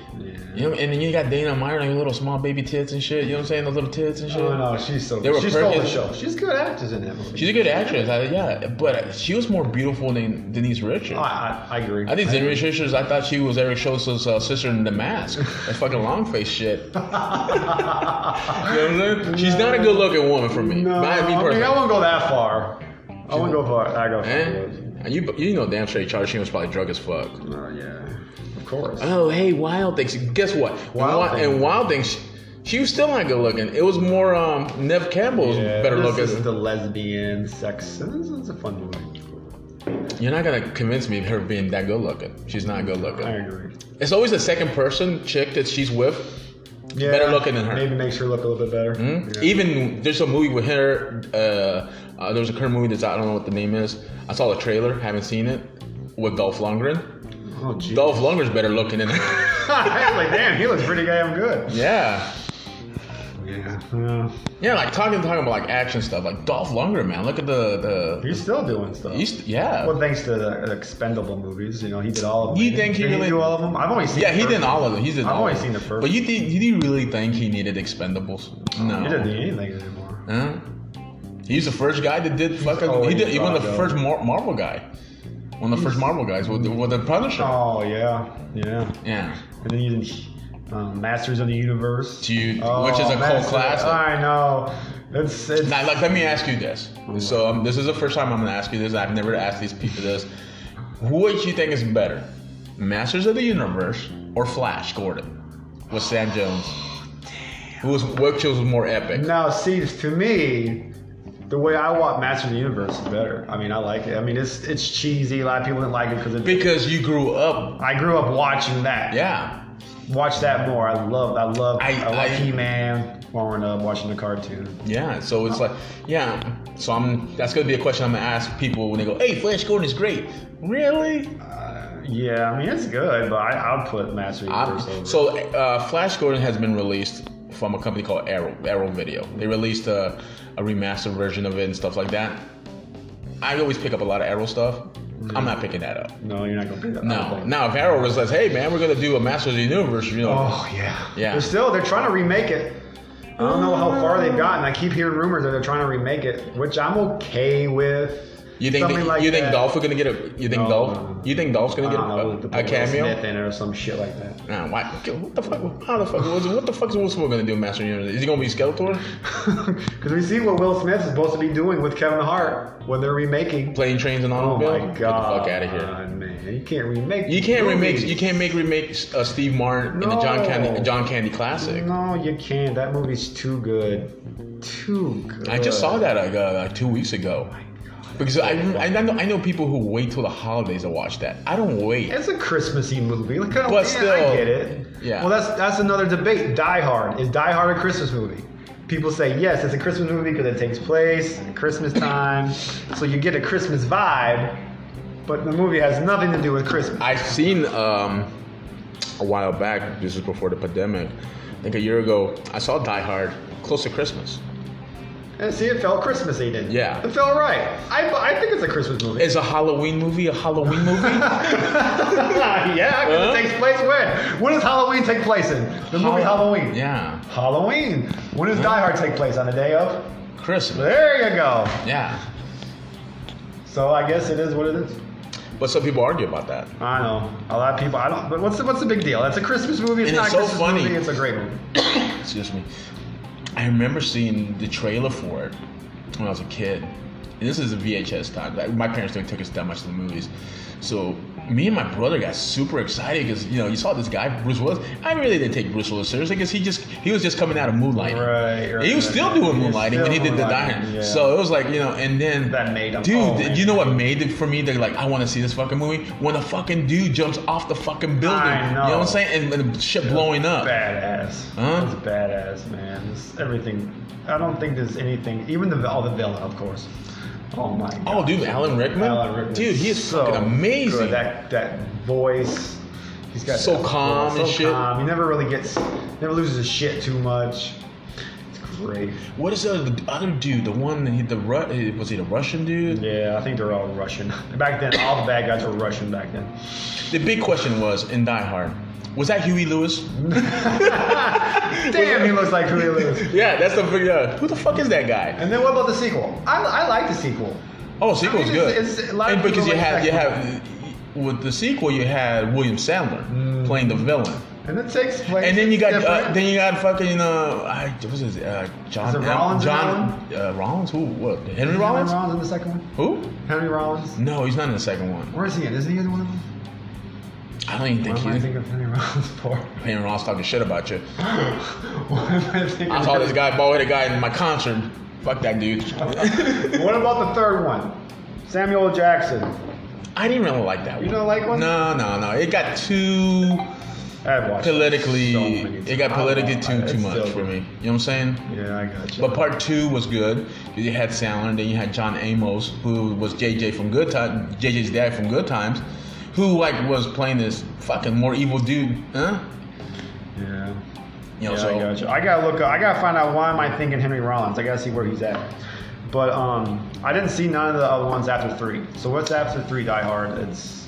A: You know, and then you got Dana Meyer and little small baby tits and shit. You know what I'm saying? Those little tits and shit.
B: Oh no, she's so.
A: They were
B: Good. She stole the
A: perfect.
B: show. She's a good actress in that movie.
A: She's a good actress, I, yeah, but she was more beautiful than Denise Richards.
B: Oh, I, I, I agree.
A: I think Denise Richards. I thought she was Eric Schultz's uh, sister in The Mask. That fucking long face shit. you know what I'm saying? She's not a good looking woman for me. Not
B: No,
A: me
B: I, mean,
A: personally.
B: I won't go that far. I won't go far. I go far.
A: Eh? And you, you know damn straight Charlie Sheen was probably drunk as fuck.
B: Oh yeah, of course.
A: Oh hey, Wild Things. Guess what?
B: Wild
A: Wi-
B: Thing.
A: and Wild Things. She was still not good looking. It was more um, Nev Campbell's better
B: this
A: looking.
B: is the lesbian sex. This is a fun movie.
A: You're not gonna convince me of her being that good looking. She's not good looking.
B: I agree.
A: It's always the second person chick that she's with.
B: Yeah,
A: Better looking than her. Hmm? E-
B: Maybe makes her look a little bit better. Yeah.
A: Even there's a movie with her. Uh, uh, there's a current movie that's out, I don't know what the name is. I saw the trailer, haven't seen it. With Dolph Lundgren.
B: Oh, gee.
A: Dolph Lundgren's better looking than her.
B: I was like, damn, he looks pretty damn good.
A: yeah.
B: Yeah. Uh,
A: Yeah, like talking talking about like action stuff, like Dolph Lundgren, man. Look at the the.
B: he's still doing stuff.
A: He's, yeah.
B: well, thanks to the expendable movies, you know, he did all of them.
A: You think he
B: did
A: really-
B: do all of them? I've only seen
A: Yeah,
B: the
A: he
B: first
A: did
B: one.
A: all of it. He did
B: I've
A: all
B: only
A: of it.
B: seen the first
A: But you think, did you really think he needed Expendables? No.
B: He didn't do anything anymore.
A: Huh? He's the first guy that did fucking. He
B: always
A: did even the
B: thought of.
A: first Mar- Marvel guy. One of the first Marvel guys with, with the Punisher.
B: Oh, yeah. Yeah.
A: Yeah.
B: And then he did um, Masters of the Universe. Oh,
A: Dude, which is a cult
B: Masters-
A: classic.
B: I know. It's, it's
A: Now, like, let me ask you this. So, um, this is the first time I'm gonna ask you this. I've never asked these people this. What do you think is better, Masters of the Universe or Flash Gordon with Sam Jones? Who was which was more epic?
B: Now, see, to me, the way I want Master of the Universe is better. I mean, I like it. I mean, it's it's cheesy. A lot of people didn't like it because it,
A: Because you grew up.
B: I grew up watching that.
A: Yeah.
B: Watch that more. I love. I love.
A: I-
B: I,
A: I-
B: like He-Man. Growing up, watching the cartoon.
A: Yeah, so it's like, yeah. So I'm. That's gonna be a question I'm gonna ask people when they go, "Hey, Flash Gordon is great." Really?
B: Uh, yeah, I mean it's good, but I, I'll put Master of the Universe
A: I'm,
B: over.
A: so uh, Flash Gordon has been released from a company called Arrow, Arrow Video. They released a, a remastered version of it and stuff like that. I always pick up a lot of Arrow stuff. I'm not picking that up.
B: no, you're not gonna pick that. I don't
A: No.
B: think.
A: Now, if Arrow was like, "Hey, man, we're gonna do a Masters of the Universe," you know,
B: Oh yeah.
A: Yeah.
B: They're still they're trying to remake it. I don't know how far they've gotten. I keep hearing rumors that they're trying to remake it, which I'm okay with.
A: you think
B: Something
A: that-
B: like
A: you think
B: that.
A: Dolph is gonna get a you think
B: No,
A: Dolph
B: no, no.
A: you think Dolph's gonna
B: I
A: get
B: don't know,
A: a,
B: the
A: a cameo?
B: Smith in it or some shit like that.
A: Nah, why? What the fuck? How the fuck? was- What the fuck is Will Smith gonna do in Master of the Universe? Is he gonna be Skeletor
B: Because we see what Will Smith is supposed to be doing with Kevin Hart when they're remaking.
A: playing trains and
B: Oh
A: automobile?
B: my
A: Get the
B: god!
A: fuck out of here!
B: man, you can't remake.
A: You can't remake.
B: movies.
A: You can't make remakes uh, Steve Martin in the John
B: No.
A: Candy John Candy classic.
B: No, you can't. That movie's too good. Too good. Oh
A: I just saw that like, uh, like two weeks ago. Because I, I know I know people who wait till the holidays to watch that. I don't wait.
B: It's a Christmassy movie. Like, I don't,
A: But
B: yeah,
A: still,
B: I get it.
A: yeah.
B: Well, that's that's another debate. Die Hard is Die Hard a Christmas movie? People say yes, it's a Christmas movie because it takes place at Christmas time, so you get a Christmas vibe. But the movie has nothing to do with Christmas.
A: I've seen um, a while back. This was before the pandemic. I think a year ago. I saw Die Hard close to Christmas.
B: And see, it felt Christmassy, didn't it?
A: Yeah.
B: It felt right. I, I think it's a Christmas movie.
A: Is a Halloween movie a Halloween movie?
B: yeah, 'cause
A: Huh?
B: it takes place when? When does Halloween take place in? The movie Halloween.
A: Yeah,
B: Halloween. When does Die Hard take place? On the day of?
A: Christmas.
B: There you go.
A: Yeah,
B: So I guess it is what it is.
A: but some people argue about that.
B: I know a lot of people. I don't. But what's the, what's the big deal? It's a Christmas movie. It's
A: And
B: not
A: it's
B: a
A: so
B: Christmas
A: funny.
B: movie. It's a great movie.
A: excuse me. I remember seeing the trailer for it when I was a kid. And this is a VHS time. Like, my parents didn't take us that much to the movies. So me and my brother got super excited because you know you saw this guy Bruce Willis. I really didn't take Bruce Willis seriously because he just he was just coming out of moonlighting.
B: Right, right,
A: he was
B: right,
A: still
B: right.
A: doing
B: He was
A: moonlighting
B: still
A: when he did the
B: Moonlighting,
A: diner.
B: yeah.
A: So it was like you know, and then
B: That made him-
A: Dude,
B: oh,
A: did
B: man.
A: you know what made it for me? That like I want to see this fucking movie when a fucking dude jumps off the fucking building.
B: I
A: You know what
B: know.
A: I'm saying? And, and the shit blowing up.
B: Badass.
A: Uh, Huh?
B: It's badass, man. It's everything. I don't think there's anything. Even the all the villain, of course. Oh my. God.
A: Oh, dude, Alan Rickman?
B: Alan Rickman.
A: Dude, he is
B: so
A: fucking amazing.
B: good. That that voice. He's got
A: So
B: that
A: calm
B: voice,
A: and
B: so
A: shit.
B: Calm. He never really gets. Never loses his shit too much. It's great.
A: What is the other, the other dude? The one that he, the Ru- eh, was he the Russian dude?
B: Yeah, I think they're all Russian. Back then, all the bad guys were Russian back then.
A: The big question was in Die Hard, was that Huey Lewis?
B: Damn, he looks like Huey Lewis.
A: yeah, that's the big. Uh, who the fuck is that guy?
B: And then what about the sequel? I, I like the sequel.
A: Oh, sequel's
B: I mean,
A: good.
B: it's- it's- a lot of
A: and because you
B: people
A: had you
B: like that
A: have with the sequel you had William Sandler
B: Mm.
A: playing the villain,
B: And it takes place.
A: and then you got uh,
B: different.
A: then you got fucking uh, I, what was his uh, John
B: Is it
A: Al-
B: Rollins in
A: John uh, Rollins who what Henry,
B: Henry
A: Rollins?
B: Rollins in the second one.
A: who?
B: Henry Rollins.
A: No, he's not in the second one.
B: Where is he in? Isn't he in one of them?
A: I don't even think
B: What am I
A: he's
B: thinking of Henry Rollins for?
A: Henry Rollins talking shit about you.
B: what am I thinking?
A: I saw
B: of-
A: this guy, bald headed guy, in my concert. Fuck that dude.
B: What about the third one? Samuel Jackson.
A: I didn't really like that one.
B: You don't like one?
A: No, no, no. It got too
B: I've watched
A: politically.
B: so many
A: it got
B: times.
A: politically
B: I don't
A: too
B: know.
A: too
B: It's
A: much
B: still-
A: for me. You know what I'm saying?
B: Yeah, I got you.
A: But part two was good. You had Sandler, and then you had John Amos, who was JJ from Good Times, JJ's dad from Good Times, who like was playing this fucking more evil dude, huh?
B: yeah.
A: You know,
B: Yeah,
A: so
B: I got you. I gotta look. up- I gotta find out why am I thinking Henry Rollins. I gotta see where he's at. But um, I didn't see none of the other ones after three. So what's after three? Die Hard. It's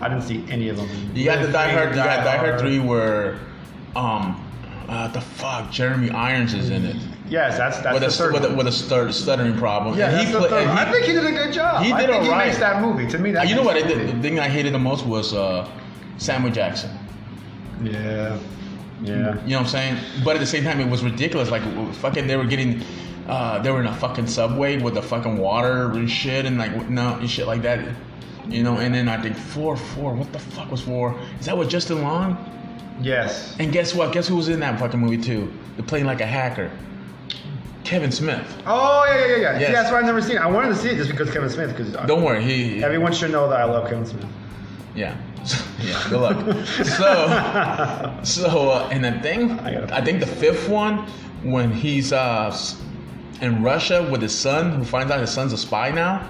B: I didn't see any of them.
A: you got the Die Hard, you got Die Hard
B: Hard.
A: three where, um, uh, the fuck, Jeremy Irons is in it
B: Yes, that's that's
A: with
B: the
A: a,
B: third.
A: with a
B: one.
A: with a stud- stuttering problem.
B: yeah,
A: And
B: that's
A: he
B: the
A: play-
B: third
A: and
B: one.
A: he-
B: I think he did a good job.
A: he
B: I
A: did
B: think He
A: alright.
B: makes that movie. To me, that
A: you know what?
B: makes
A: I
B: that
A: did, the thing I hated the most was uh, Samuel Jackson.
B: movie. Yeah, yeah.
A: You know what I'm saying? But at the same time, it was ridiculous. Like w- fucking, they were getting, uh, they were in a fucking subway with the fucking water and shit, and like w- no and shit like that. You know, and then I think four, four. What the fuck was four? Is that what Justin Long?
B: Yes.
A: And guess what? Guess who was in that fucking movie too? They're playing like a hacker. Kevin Smith.
B: Oh yeah, yeah, yeah. yeah.
A: Yes.
B: See, that's why I've never seen it. I wanted to see it just because Kevin Smith. Because
A: Don't worry, he.
B: everyone should know that I love Kevin Smith.
A: Yeah. yeah. Good luck. So. So, uh, and the thing,
B: I
A: I,
B: gotta-
A: think the fifth one, when he's uh, s- in Russia with his son, who finds out his son's a spy now.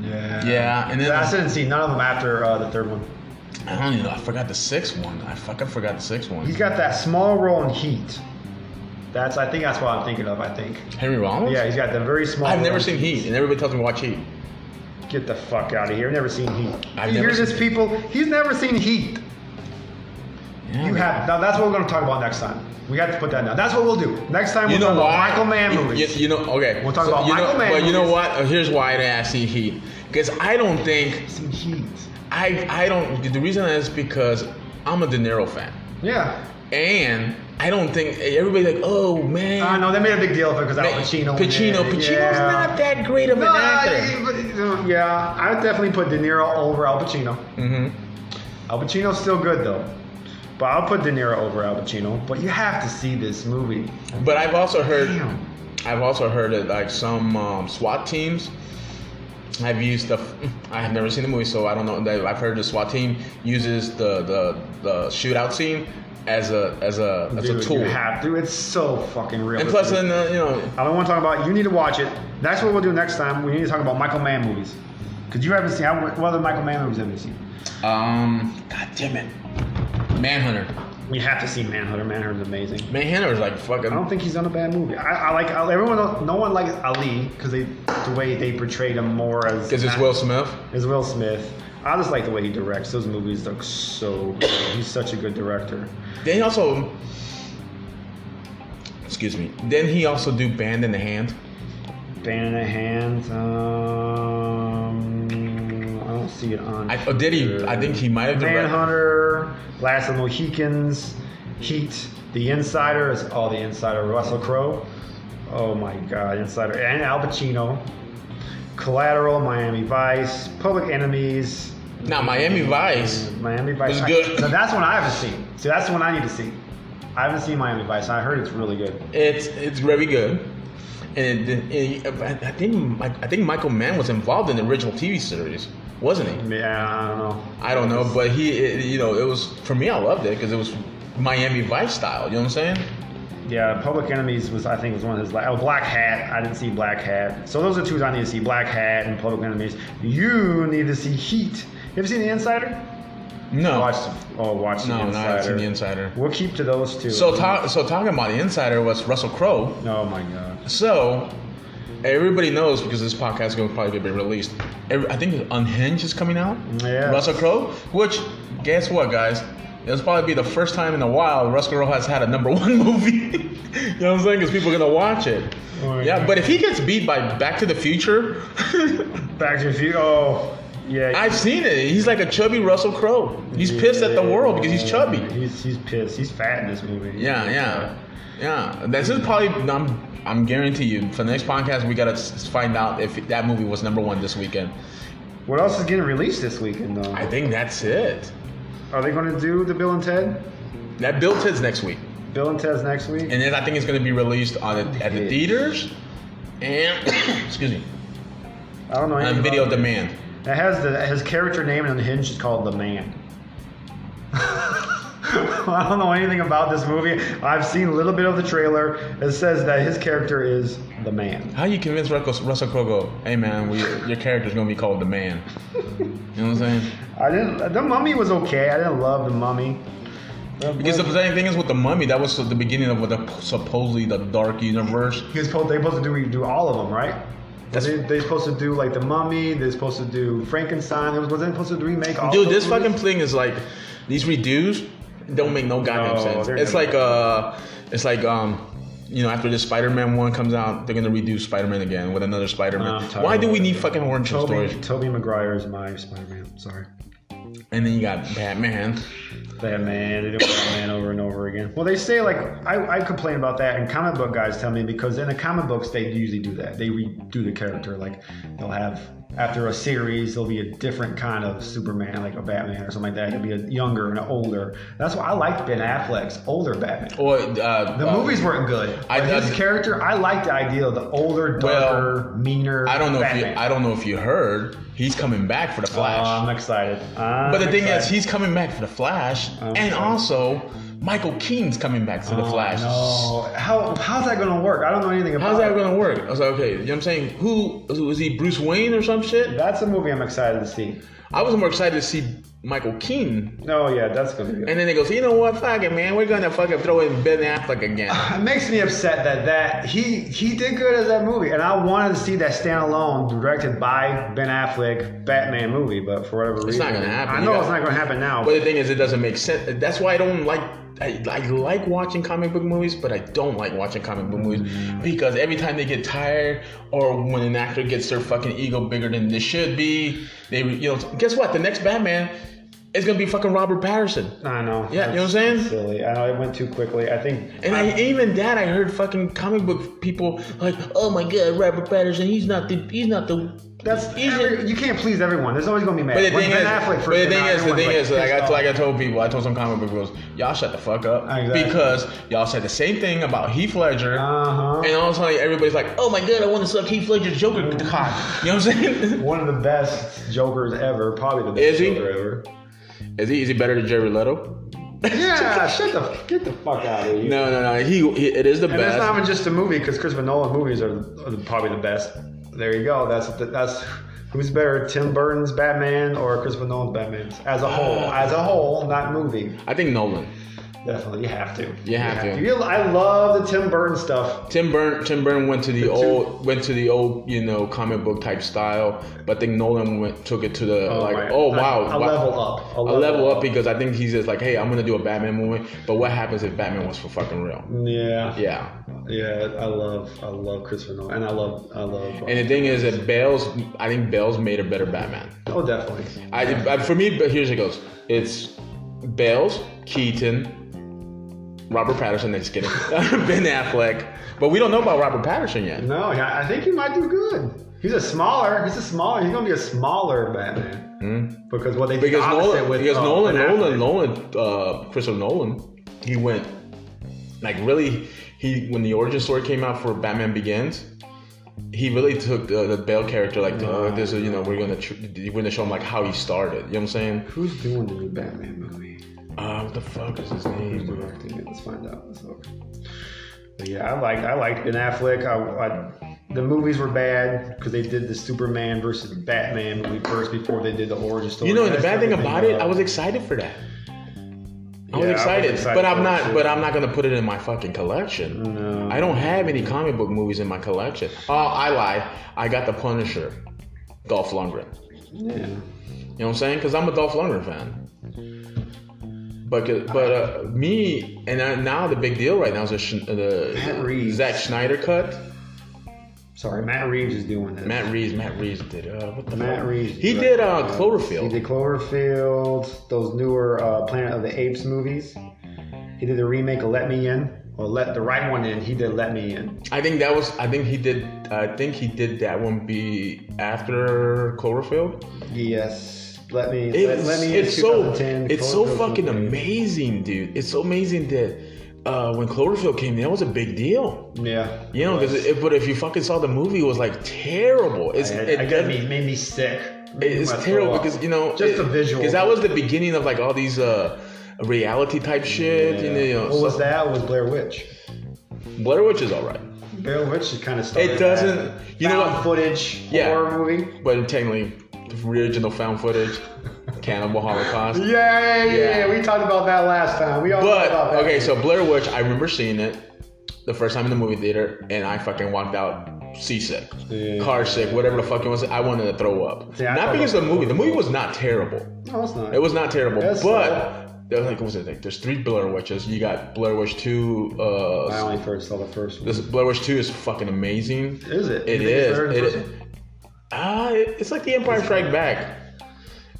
B: Yeah.
A: Yeah, and then
B: I didn't see none of them after uh, the third one.
A: I don't even know. I forgot the sixth one. I fucking forgot the sixth one.
B: He's got that small role in Heat. That's I think that's what I'm thinking of. I think.
A: Henry Rollins.
B: Yeah, he's got the very small.
A: I've
B: role
A: never
B: in
A: seen Heat, and everybody tells me to watch Heat.
B: Get the fuck out of here. Never seen Heat.
A: I've
B: you
A: never
B: hear this,
A: seen
B: people? He's never seen Heat.
A: Yeah,
B: You
A: man.
B: have now. That's what we're gonna talk about next time. We have to put that down. That's what we'll do next time.
A: You
B: we'll
A: know
B: talk
A: why?
B: about Michael Mann
A: You-
B: movies.
A: You, you know, okay.
B: We'll talk about
A: you
B: Michael
A: know,
B: Mann
A: Well, you know
B: movies.
A: what? Uh, Here's why I didn't ask see Heat, because I don't think
B: Seen Heat.
A: I I don't. The reason is because I'm a De Niro fan,
B: Yeah.
A: and I don't think everybody's like, oh man.
B: I know they made a big deal of it because Al
A: Ma-
B: Pacino. was
A: Pacino.
B: in it.
A: Pacino's
B: Yeah.
A: not that great of an
B: No,
A: actor.
B: I- but, yeah, I would definitely put De Niro over Al Pacino.
A: hmm
B: Al Pacino's still good though. But I'll put De Niro over Al Pacino. But you have to see this movie.
A: But I've also heard,
B: Damn.
A: I've also heard that like some um, SWAT teams have used the. I have never seen the movie, so I don't know. That I've heard the SWAT team uses the the, the shootout scene as a as a as
B: Dude,
A: a tool.
B: You have to. It's so fucking real.
A: and plus, then uh, you know,
B: I don't want to talk about. You need to watch it. That's what we'll do next time. We need to talk about Michael Mann movies. Cause you haven't seen. I, what other Michael Mann movies have you seen?
A: um, God damn it, Manhunter.
B: We have to see Manhunter. Manhunter's amazing.
A: Manhunter is like
B: I
A: fucking.
B: don't think he's done a bad movie. I, I like I, everyone. else- No one likes Ali because they the way they portrayed him more as
A: Because it's
B: not-
A: Will Smith.
B: It's Will Smith. I just like the way he directs. Those movies look so good. He's such a good director.
A: Then he also. Excuse me. Then he also do Band in the Hand.
B: Band in a Hand. Um, I don't see it on.
A: I, oh, did he? I think he might have directed.
B: Manhunter, Last of the Mohicans, Heat, The Insider. It's all The Insider. Russell Crowe. Oh my God, Insider. And Al Pacino. Collateral, Miami Vice, Public Enemies.
A: Now Miami Vice.
B: Miami Vice.
A: It's good.
B: I- now, that's one I haven't seen. See, that's the one I need to see. I haven't seen Miami Vice. and I heard it's really good.
A: It's it's very good, and it, it- I I think I think Michael Mann was involved in the original TV series, wasn't he?
B: Yeah, I don't know.
A: I don't know, but he it, you know it was for me. I loved it because it was Miami Vice style. You know what I'm saying?
B: Yeah, Public Enemies was I think was one of his. la- Oh, Black Hat. I didn't see Black Hat. So those are two I need to see: Black Hat and Public Enemies. You need to see Heat. Have you seen The Insider?
A: No,
B: Watch. the- Oh, watch The
A: no, no, I haven't
B: Insider.
A: seen The Insider.
B: We'll keep to those two.
A: So ta- so talking about The Insider was Russell Crowe.
B: Oh my God.
A: So everybody knows because this podcast is going to probably be released. Every, I think Unhinged is coming out.
B: Yeah.
A: Russell Crowe. Which guess what, guys? It's probably be the first time in a while Russell Crowe has had a number one movie. you know what I'm saying? Because people are gonna watch it.
B: Oh,
A: yeah,
B: yeah.
A: but if he gets beat by Back to the Future,
B: Back to the Future. Oh, yeah.
A: I've seen it. He's like a chubby Russell Crowe. He's pissed at the world because he's chubby.
B: He's he's pissed. He's fat in this movie.
A: Yeah, yeah, yeah. This is probably I'm I'm guarantee you for the next podcast we gotta s- find out if that movie was number one this weekend.
B: What else is getting released this weekend though?
A: I think that's it.
B: Are they going to do the Bill and Ted?
A: That Bill Ted's next week,
B: Bill and Ted's next week.
A: and then I think it's going to be released on the, at the
B: Yeah.
A: theaters and excuse me
B: I don't know.
A: on
B: anything
A: video
B: about it.
A: demand.
B: It has the his character name on Hinge is called the Man. I don't know anything about this movie. I've seen a little bit of the trailer. It says that his character is the Man.
A: How you convince Russell, Russell Crowe? Hey man, we, your character's going to be called the Man. You know what I'm saying?
B: I didn't. The Mummy was okay. I didn't love the Mummy.
A: Because the same thing is with the mummy, that was the beginning of the supposedly the dark universe.
B: He was supposed, they supposed to do do all of them, right?
A: That's-
B: they, they supposed to do like the Mummy. They're supposed to do Frankenstein. They was wasn't supposed to remake all.
A: Dude,
B: those
A: this
B: movies?
A: fucking thing is like these redos don't make no goddamn
B: No,
A: sense.
B: they're
A: It's
B: gonna-
A: like uh it's like um you know, after this Spider-Man one comes out, they're gonna redo Spider-Man again with another
B: Nah, I'm
A: Spider-Man.
B: tired
A: Why
B: of
A: do we
B: it.
A: need fucking origin
B: Toby,
A: stories?
B: Toby Maguire is my Spider-Man. Sorry.
A: And then you got Batman.
B: Batman, they do Batman over and over again. Well, they say like I, I complain about that, and comic book guys tell me because in the comic books they usually do that. They redo the character, like they'll have after a series there'll be a different kind of Superman, like a Batman or something like that. He'll be a younger and an older. That's why I liked Ben Affleck's older Batman.
A: Or uh,
B: The
A: uh,
B: movies weren't good.
A: I-
B: but his
A: I-
B: character, I liked the idea of the older,
A: Well,
B: darker, meaner.
A: I don't know if
B: Batman.
A: you I don't know if you heard, he's coming back for the Flash.
B: Oh, I'm excited.
A: But the thing is, he's coming back for the Flash, and also Michael Keaton's coming back to the Flash.
B: Oh, No, how how's that gonna work? I don't know anything about.
A: How's that
B: it.
A: gonna work? I was like, okay, you know what I'm saying? Who was he? Bruce Wayne or some shit?
B: That's a movie I'm excited to see.
A: I was more excited to see Michael Keaton,
B: Oh yeah, that's gonna be good.
A: and then they goes, you know what? Fuck it, man. We're gonna fucking throw in Ben Affleck again.
B: It makes me upset that that he he did good as that movie, and I wanted to see that standalone directed by Ben Affleck Batman movie, but for whatever reason,
A: not gonna happen.
B: I
A: You
B: know
A: got-
B: it's not gonna happen now.
A: But the thing is, it doesn't make sense. That's why I don't like. I, I like watching comic book movies, but I don't like watching comic book movies because every time they get tired, or when an actor gets their fucking ego bigger than they should be, they you know guess what? The next Batman is gonna be fucking Robert Patterson.
B: I know.
A: Yeah, you know what I'm saying?
B: That's Silly. I know it went too quickly. I think.
A: And I, even that, I heard fucking comic book people like, "Oh my god, Robert Patterson, he's not the, he's not the."
B: That's
A: he's
B: every, you can't please everyone. There's always gonna be mad.
A: But the
B: When
A: thing
B: Ben
A: is,
B: Affleck first
A: but the
B: came
A: thing
B: out,
A: is, the
B: everyone was,
A: thing is, like
B: pissed
A: I,
B: off.
A: like I told people, I told some comic book girls, y'all shut the fuck up
B: Exactly.
A: because y'all said the same thing about Heath Ledger,
B: Uh-huh.
A: and all of a sudden everybody's like, "Oh my god, I want to suck Heath Ledger's Joker cock." You know what I'm saying?
B: one of the best Jokers ever, probably the best
A: Is he?
B: Joker ever.
A: is he is he better than Jerry Leto?
B: Yeah, shut the get the fuck out of here.
A: No, no, no. He, he it is the
B: And
A: best.
B: that's not even just a movie because Christopher Nolan movies are, are the- probably the best. There you go. That's that's who's better, Tim Burton's Batman or Christopher Nolan's Batman? As a whole,
A: Oh.
B: as a whole, not movie.
A: I think Nolan,
B: Definitely, you have to. You,
A: have to.
B: You- I love the Tim Burton stuff.
A: Tim Burton, Tim Burton went to the old, went to the old, you know, comic book type style, but I think Nolan went took it to the like,
B: my-
A: oh
B: a-
A: wow,
B: a,
A: wow.
B: level up,
A: a level up because I think he's just like, hey, I'm gonna do a Batman movie, but what happens if Batman was for fucking real?
B: Yeah, yeah,
A: Yeah.
B: I love, I love Christopher Nolan, and I love, I love.
A: And the thing is that Bale's, I think Bale's made a better Batman.
B: oh, definitely.
A: I, I for me, but here's it goes. It's Bale's, Keaton, Robert Patterson. Just kidding, Ben Affleck. But we don't know about Robert Patterson yet.
B: No, I I think he might do good. He's a smaller. He's a smaller. He's gonna be a smaller Batman. Because what they did
A: Hmm? Because
B: opposite
A: Nolan,
B: with
A: because
B: uh,
A: Nolan,
B: Ben Affleck.
A: Nolan, Nolan, uh, Christopher Nolan, he went like really. He when the origin story came out for Batman Begins, he really took the, the Bale character like uh, this. is, You know, we're gonna tr- we're gonna show him like how he started. You know what I'm saying?
B: Who's doing the new Batman movie?
A: Uh, what the fuck is his
B: Who's
A: name?
B: directing it? Let's find out. Let's look. But yeah, I like I liked Ben Affleck. I, I, the movies were bad because they did the Superman versus Batman movie first before they did the origin story.
A: You know, and the
B: That's
A: bad thing
B: everything
A: about it,
B: up.
A: I was excited for that. I
B: Yeah, I
A: was
B: was
A: excited,
B: excited
A: but
B: for
A: I'm
B: it
A: not.
B: too.
A: But I'm not gonna put it in my fucking collection.
B: No.
A: I don't have any comic book movies in my collection. Oh, I lie. I got the Punisher, Dolph Lundgren. You
B: Yeah.
A: know what I'm saying? Because I'm a Dolph Lundgren fan. But but uh, me and uh, now the big deal right now is the, Sch- uh,
B: Matt
A: the
B: Reeves.
A: Zack Schneider cut.
B: Sorry, Matt Reeves is doing this.
A: Matt Reeves, Matt Reeves did uh, what the
B: Matt
A: fuck?
B: Reeves.
A: He did uh,
B: He
A: Cloverfield.
B: did Cloverfield, those newer uh, Planet of the Apes movies. He did the remake of Let Me In. or let the right one in. He did let me in.
A: I think that was. I think he did. I think he did that one be after Cloverfield.
B: Yes, let me.
A: It's,
B: let, let me. in
A: it's so.
B: 2010.
A: It's so
B: Cloverfield
A: fucking
B: was great.
A: amazing, dude. It's so amazing that uh, when Cloverfield came, that was a big deal.
B: Yeah,
A: You know, because it, but if you fucking saw the movie, it was like terrible. It's
B: I,
A: it,
B: I got me made me sick.
A: it's
B: My throat
A: terrible
B: up.
A: because you know
B: Just the visual.
A: Because that was the beginning of like all these uh, reality type shit. You know, you know,
B: What was
A: so-
B: that? It was Blair Witch.
A: Blair Witch is all right,
B: Blair Witch is kind of started.
A: It doesn't-
B: that.
A: you know
B: Found
A: what?
B: Footage
A: Yeah.
B: horror movie.
A: but technically, the original found footage, Cannibal Holocaust.
B: Yeah, yeah, yeah,
A: Yeah.
B: We talked about that last time. We all talked about
A: But
B: that.
A: okay, so Blair Witch, I remember seeing it the first time in the movie theater, and I fucking walked out seasick,
B: Yeah.
A: car sick, whatever the fuck it was. I wanted to throw up.
B: See, I
A: not
B: thought
A: because of the
B: that-
A: movie. The movie was not terrible.
B: no, it's not.
A: It was not terrible,
B: That's
A: but there was like what was it like? There's three Blair Witches. You got Blair Witch Two.
B: I
A: Uh,
B: only first saw the first one.
A: this Blair Witch Two is fucking amazing.
B: Is it?
A: It
B: You think it's
A: is.
B: better than
A: It
B: the
A: is.
B: first one?
A: Ah, it- it's like the Empire Strike Back.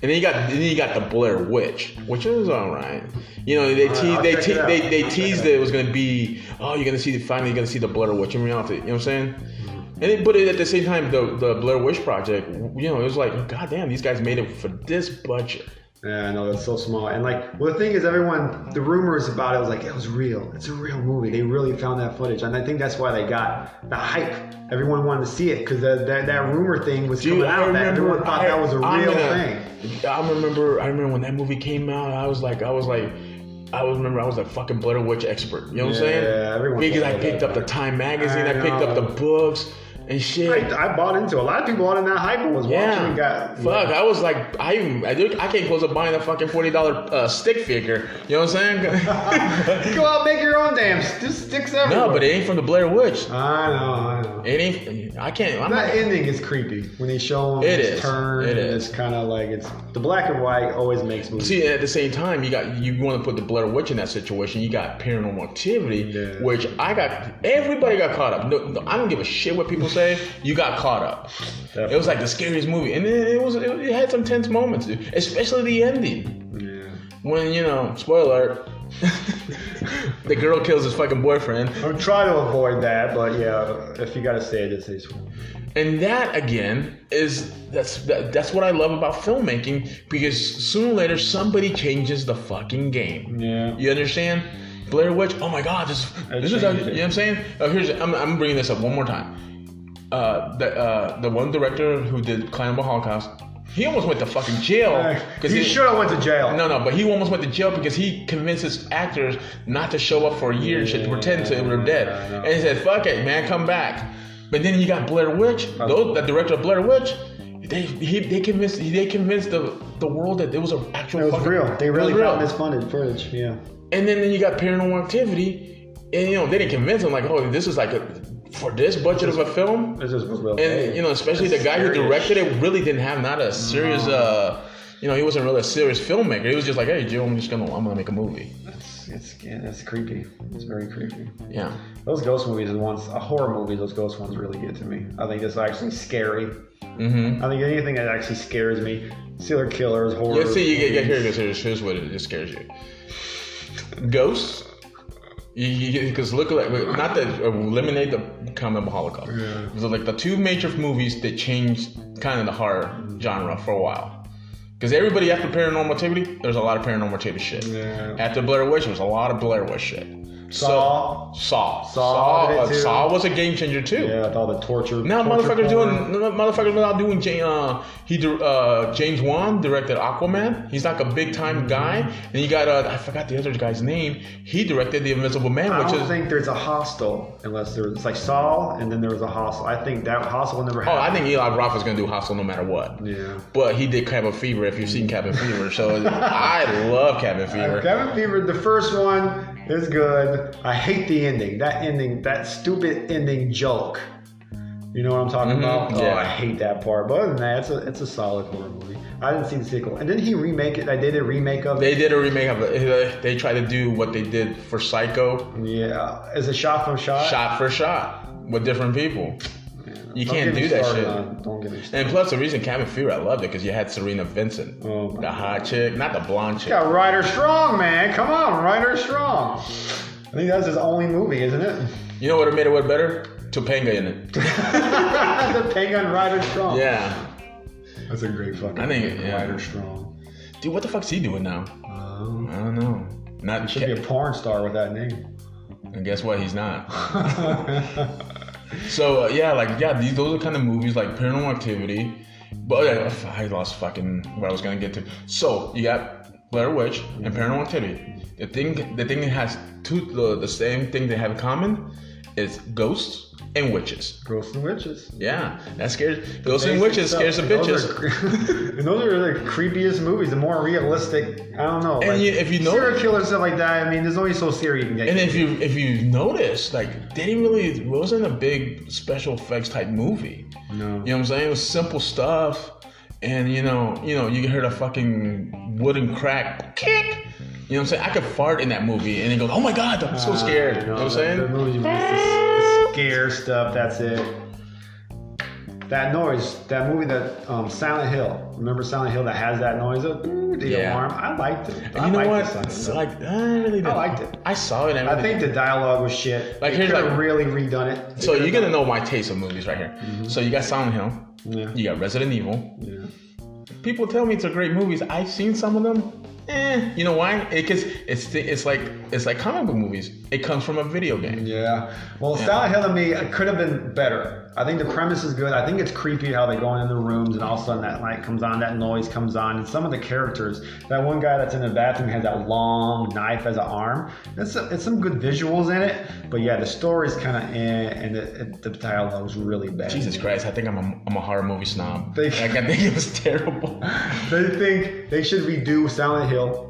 A: And then you got then you got the Blair Witch, which is all right. You know they
B: right,
A: te-
B: I'll
A: they,
B: check
A: te-
B: it out.
A: they they
B: I'll check
A: teased
B: it
A: that it was gonna be oh you're gonna see the, finally you're gonna see the Blair Witch in reality. You know what I'm saying?
B: Mm-hmm.
A: And it, but it, at the same time the the Blair Witch project, you know it was like god damn these guys made it for this budget.
B: Yeah, I know that's so small. And like, well, the thing is, everyone, the rumors about it was like, it was real. It's a real movie. They really found that footage, and I think that's why they got the hype. Everyone wanted to see it because that, that that rumor thing was
A: Dude,
B: coming
A: I
B: out. That
A: remember
B: everyone thought
A: I-
B: that was a
A: I'm
B: real
A: gonna-
B: thing.
A: I remember I remember when that movie came out. I was like I was like I was remember I was a fucking Blair Witch expert. You know what I'm saying?
B: Yeah, everyone
A: Because I
B: thought
A: picked
B: that.
A: up the Time magazine. I,
B: I
A: picked up
B: know.
A: the books and shit.
B: I, I bought into it. a lot of people bought in that hype and was watching
A: yeah.
B: and got
A: Fuck. I was like I even I, did, I came close to buying a fucking forty dollar uh, stick figure. You know what I'm saying?
B: Go out, make your own damn. s- Just sticks everywhere.
A: no, but it ain't from the Blair Witch.
B: I know, I know.
A: It ain't. I can't. I'm not,
B: That ending is creepy when they show him
A: It
B: his
A: is.
B: turn.
A: It
B: and
A: is.
B: It's kind of like it's the black and white always makes movies.
A: See, at the same time, you got you want to put the Blair Witch in that situation. You got Paranormal Activity,
B: Yeah.
A: which I got. Everybody got caught up. No, no, I don't give a shit what people say. You got caught up. It was like the scariest movie, and it, it was it, it had some tense moments, dude. especially the ending
B: Yeah.
A: when you know spoiler alert, the girl kills his fucking boyfriend,
B: I would try to avoid that, but yeah, if you gotta say it, it's it's
A: and that again is that's that, that's what I love about filmmaking because sooner or later somebody changes the fucking game.
B: Yeah.
A: You understand? Blair Witch. Oh my God! This this is how, you
B: changed
A: know
B: it.
A: what I'm saying. Oh, here's I'm I'm bringing this up one more time. Uh, the uh, the one director who did Cannibal Holocaust, he almost went to fucking jail
B: Because Uh, he
A: he-
B: should have went to jail.
A: No, no, but he almost went to jail because he convinced his actors not to show up for a year and shit to pretend to were dead.
B: I know.
A: And he said, "Fuck it, man, come back." But then you got Blair Witch. Those, the director of Blair Witch, they he, they convinced they convinced the the world that it was an actual.
B: It was
A: fucking-
B: real. They
A: it was
B: really
A: real.
B: found this funded footage. Yeah.
A: And then, then you got paranormal activity, and you know they didn't convince him like, oh, this is like a, for this budget of a film,
B: This is real.
A: and you know especially the guy who directed it really didn't have not a serious, uh, you know, he wasn't really a serious filmmaker. He was just like, hey, Joe, I'm just gonna I'm gonna make a movie.
B: It's, it's, yeah, it's creepy. It's very creepy.
A: Yeah,
B: Those ghost movies are the ones, uh, horror movies, those ghost ones really get to me. I think it's actually scary.
A: mm-hmm.
B: I think anything that actually scares me, serial killers, horror.
A: Yeah, see, you get, get
B: movies.
A: here because here's, here's what it, it scares you: ghosts. You because look like not to eliminate the common Holocaust.
B: Yeah.
A: So like the two major movies that changed kind of the horror genre for a while. Because everybody after Paranormal Activity, there's a lot of Paranormal Activity shit.
B: Yeah.
A: After Blair Witch, there's a lot of Blair Witch shit.
B: Saw.
A: So, Saw.
B: Saw
A: Saw, uh,
B: did it too.
A: Saw was a game changer too.
B: Yeah, with all the torture.
A: Now
B: torture
A: motherfuckers
B: porn.
A: doing no, no, motherfuckers now doing Ja- uh, he dir- uh, James Wan directed Aquaman. He's like a big time
B: Mm-hmm.
A: guy. And you got uh, I forgot the other guy's name. He directed The Invisible Man,
B: I
A: which
B: don't
A: is
B: think there's a hostel unless there's it's like Saul and then there was a hostel. I think that hostel never
A: oh
B: happened.
A: I think Eli Roth is gonna do Hustle no matter what.
B: yeah.
A: But he did Cabin Fever. If you've seen Cabin Fever, so I love Cabin Fever.
B: Cabin Fever, the first one is good. I hate the ending. That ending, that stupid ending joke. You know what I'm talking
A: Mhm,
B: about? Oh,
A: yeah.
B: I hate that part. But other than that, it's a it's a solid horror movie. I didn't see the sequel. And didn't he remake it? I did a remake of it.
A: They did a remake of it. They tried to do what they did for Psycho,
B: yeah. Is it shot from shot?
A: shot for shot, with different people. You
B: Don't
A: can't
B: get me
A: do that
B: started
A: shit.
B: on- Don't get me started.
A: And plus, the reason Cabin Fever, I loved it because you had Serena Vincent,
B: Oh, my
A: the hot chick, not the blonde chick.
B: Got Ryder Strong, man. Come on, Ryder Strong. I think that's his only movie, isn't it?
A: You know what made it what better? Topanga in it.
B: the Penguin Rider Strong.
A: Yeah.
B: That's a great fucking
A: I think it- yeah.
B: Rider Strong.
A: Dude, what the fuck's he doing now?
B: Um,
A: I don't know. Not
B: should be a porn star with that name.
A: And guess what? He's not. So uh, yeah, like yeah, these those are kind of movies like Paranormal Activity. But yeah, f- I lost fucking what I was gonna get to. So you got Blair Witch
B: Mm-hmm.
A: and Paranormal Activity. The thing the thing that has two the, the same thing they have in common is ghosts and witches.
B: Ghosts and witches.
A: Yeah, that scares ghosts and witches scares the
B: Those
A: bitches.
B: Are, and those are the creepiest movies, the more realistic. I don't know.
A: And you- if you know-
B: serial killer stuff like that, I mean, there's only so serious you can get.
A: And if you if you notice, like they didn't really it wasn't a big special effects type movie.
B: no.
A: You know what I'm saying? It was simple stuff. And you know, you know, you heard a fucking wooden crack kick. You know what I'm saying? I could fart in that movie and then go, oh my god, I'm so scared.
B: I
A: you know what I'm
B: the- The
A: saying?
B: movies you miss, the, the scare stuff. That's it. That noise, that movie, that um, Silent Hill. Remember Silent Hill that has that noise of "Ooh," the
A: Yeah.
B: alarm. I liked it.
A: And
B: I
A: you know
B: liked
A: what?
B: the Silent
A: It's
B: Hill.
A: like, I really didn't.
B: liked it.
A: I saw it. and
B: I think the dialogue was shit.
A: Like,
B: they
A: here's
B: could have
A: like-
B: really redone it. Mm-hmm. They
A: so
B: could've
A: you're gonna know my taste of movies right here. So you got Silent Hill,
B: done-
A: you got Resident Evil.
B: Yeah. yeah.
A: People tell me it's a great movies. I've seen some of them. Eh, you know why? Because it's thi- it's like it's like comic book movies. It comes from a video game.
B: Yeah. Well, Silent Hill to me it could have been better. I think the premise is good. I think it's creepy how they go in the rooms and all of a sudden that light comes on, that noise comes on, and some of the characters. That one guy that's in the bathroom has that long knife as an arm. It's it's some good visuals in it, but yeah, the story's kind of eh, and the, it, the dialogue's really bad.
A: Jesus Christ, I think I'm a, I'm a horror movie snob.
B: They-
A: like, I think it was terrible.
B: They think they should redo Silent Hill.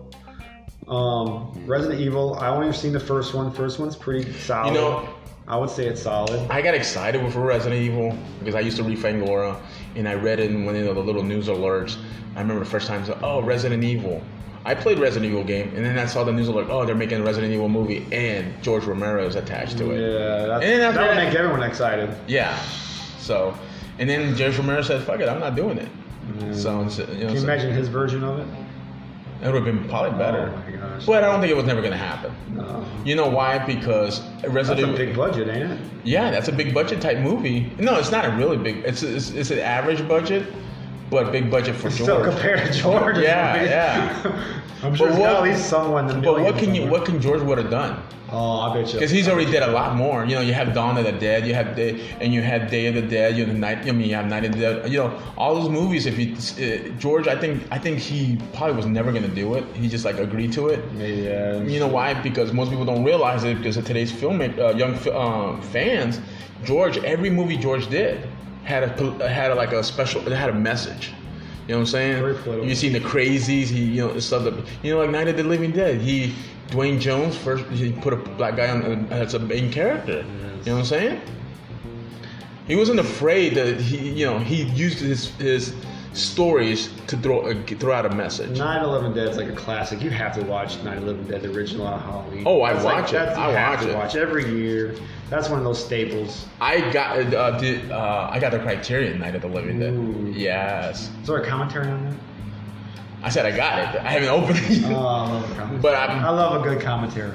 B: Um, Resident Evil. I only have seen the first one. First one's pretty solid.
A: You know-
B: I would say it's solid.
A: I got excited with Resident Evil because I used to read Fangora and I read it in one of the little news alerts. I remember the first time, so, oh, Resident Evil. I played Resident Evil game and then I saw the news alert, oh, they're making a Resident Evil movie and George Romero is attached to it.
B: Yeah, that's,
A: And after
B: that would
A: that-
B: make everyone excited.
A: Yeah. So, and then George Romero said, fuck it, I'm not doing it. So, it's- you know,
B: Mm. Can you
A: so
B: imagine his version of it?
A: it would have been probably better.
B: Oh my gosh.
A: but I don't think it was never going to happen.
B: No.
A: You know why? Because
B: That's
A: Resident
B: a big budget, ain't it?
A: Yeah, that's a big budget type movie. No, it's not a really big. It's it's, it's an average budget, but big budget for George.
B: Still compared to Jordan.
A: Yeah,
B: right?
A: yeah.
B: I'm sure
A: But
B: it's got
A: what-
B: at least someone. in the
A: but what
B: millions
A: can you
B: somewhere.
A: what can George would have done?
B: Oh, I bet you.
A: Because he's already did a lot more. You know, you have Dawn of the Dead, you have Day, and you had Day of the Dead. You have Night. I mean, you have Night of the Dead. You know, all those movies. If you uh, George, I think I think he probably was never gonna do it. He just like agreed to it.
B: Yeah.
A: You know why? Because most people don't realize it. Because of today's filmmaker, uh, young fi- um, fans, George, every movie George did had a pol- uh, had a, like a special. It had a message. You know what I'm saying?
B: Very political.
A: You seen the crazies. He you know the stuff that you know like Night of the Living Dead. He Dwayne Jones first. He put a black guy on uh, as a main character. You know what I'm saying? He wasn't afraid that he you know he used his his stories to throw uh, throw out a message.
B: 9/11 Dead is like a classic. You have to watch 9/11 Dead, the original on Halloween.
A: Oh, I
B: That's like-
A: watch it.
B: That's, you
A: I
B: have
A: watch
B: to
A: it.
B: Watch every year. That's one of those staples.
A: I got uh, did, uh, I got the Criterion Night of the Living Dead.
B: Ooh.
A: Yes,
B: Is there a commentary on that?
A: I said I got it. I haven't opened it,
B: Oh, I love a commentary.
A: Uh, But I'm-
B: I love a good commentary.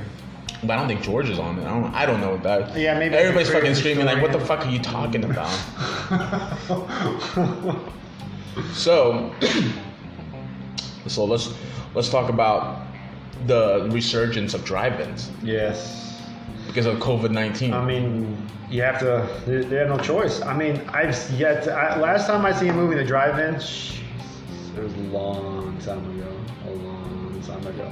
A: but I don't think George is on it. I don't. I don't know what that.
B: Yeah, maybe
A: everybody's
B: it's a
A: fucking
B: creative
A: screaming like, "What the
B: historian.
A: fuck are you talking about?" so, so let's let's talk about the resurgence of drive-ins
B: yes.
A: because of COVID nineteen.
B: I mean, you have to. They, they have no choice. I mean, I've yet. To, I, last time I seen a movie in the drive-in, Jesus, it was a long time ago. A long time ago.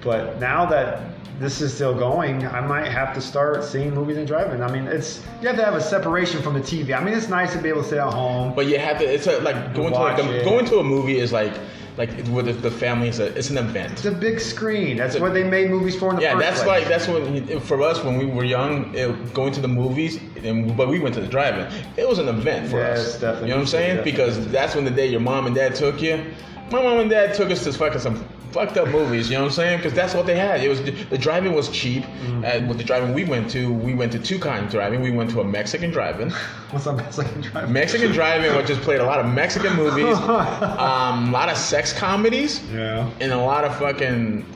B: But now that this is still going, I might have to start seeing movies in drive-in. I mean, it's you have to have a separation from the TV. I mean, it's nice to be able to stay at home.
A: But you have to. It's a, like going to like,
B: Watch
A: the,
B: it.
A: going to a movie is like like with the, the family is a, it's an event.
B: It's a big screen. That's what they made movies for in the
A: Yeah,
B: first
A: that's
B: place.
A: like that's when for us when we were young, it, going to the movies, and but we went to the drive-in. It was an event for
B: Yes,
A: us. You
B: definitely,
A: know what I'm saying?
B: definitely.
A: Because that's when the day your mom and dad took you. My mom and dad took us to fucking some fucked up movies. You know what I'm saying? Because that's what they had. It was the drive-in was cheap.
B: Mm-hmm.
A: And with the drive-in we went to, we went to two kind of driving. We went to a Mexican drive-in.
B: What's up, Mexican drive-in?
A: Mexican drive-in, which just played a lot of Mexican movies, um, a lot of sex comedies
B: yeah.
A: and a lot of fucking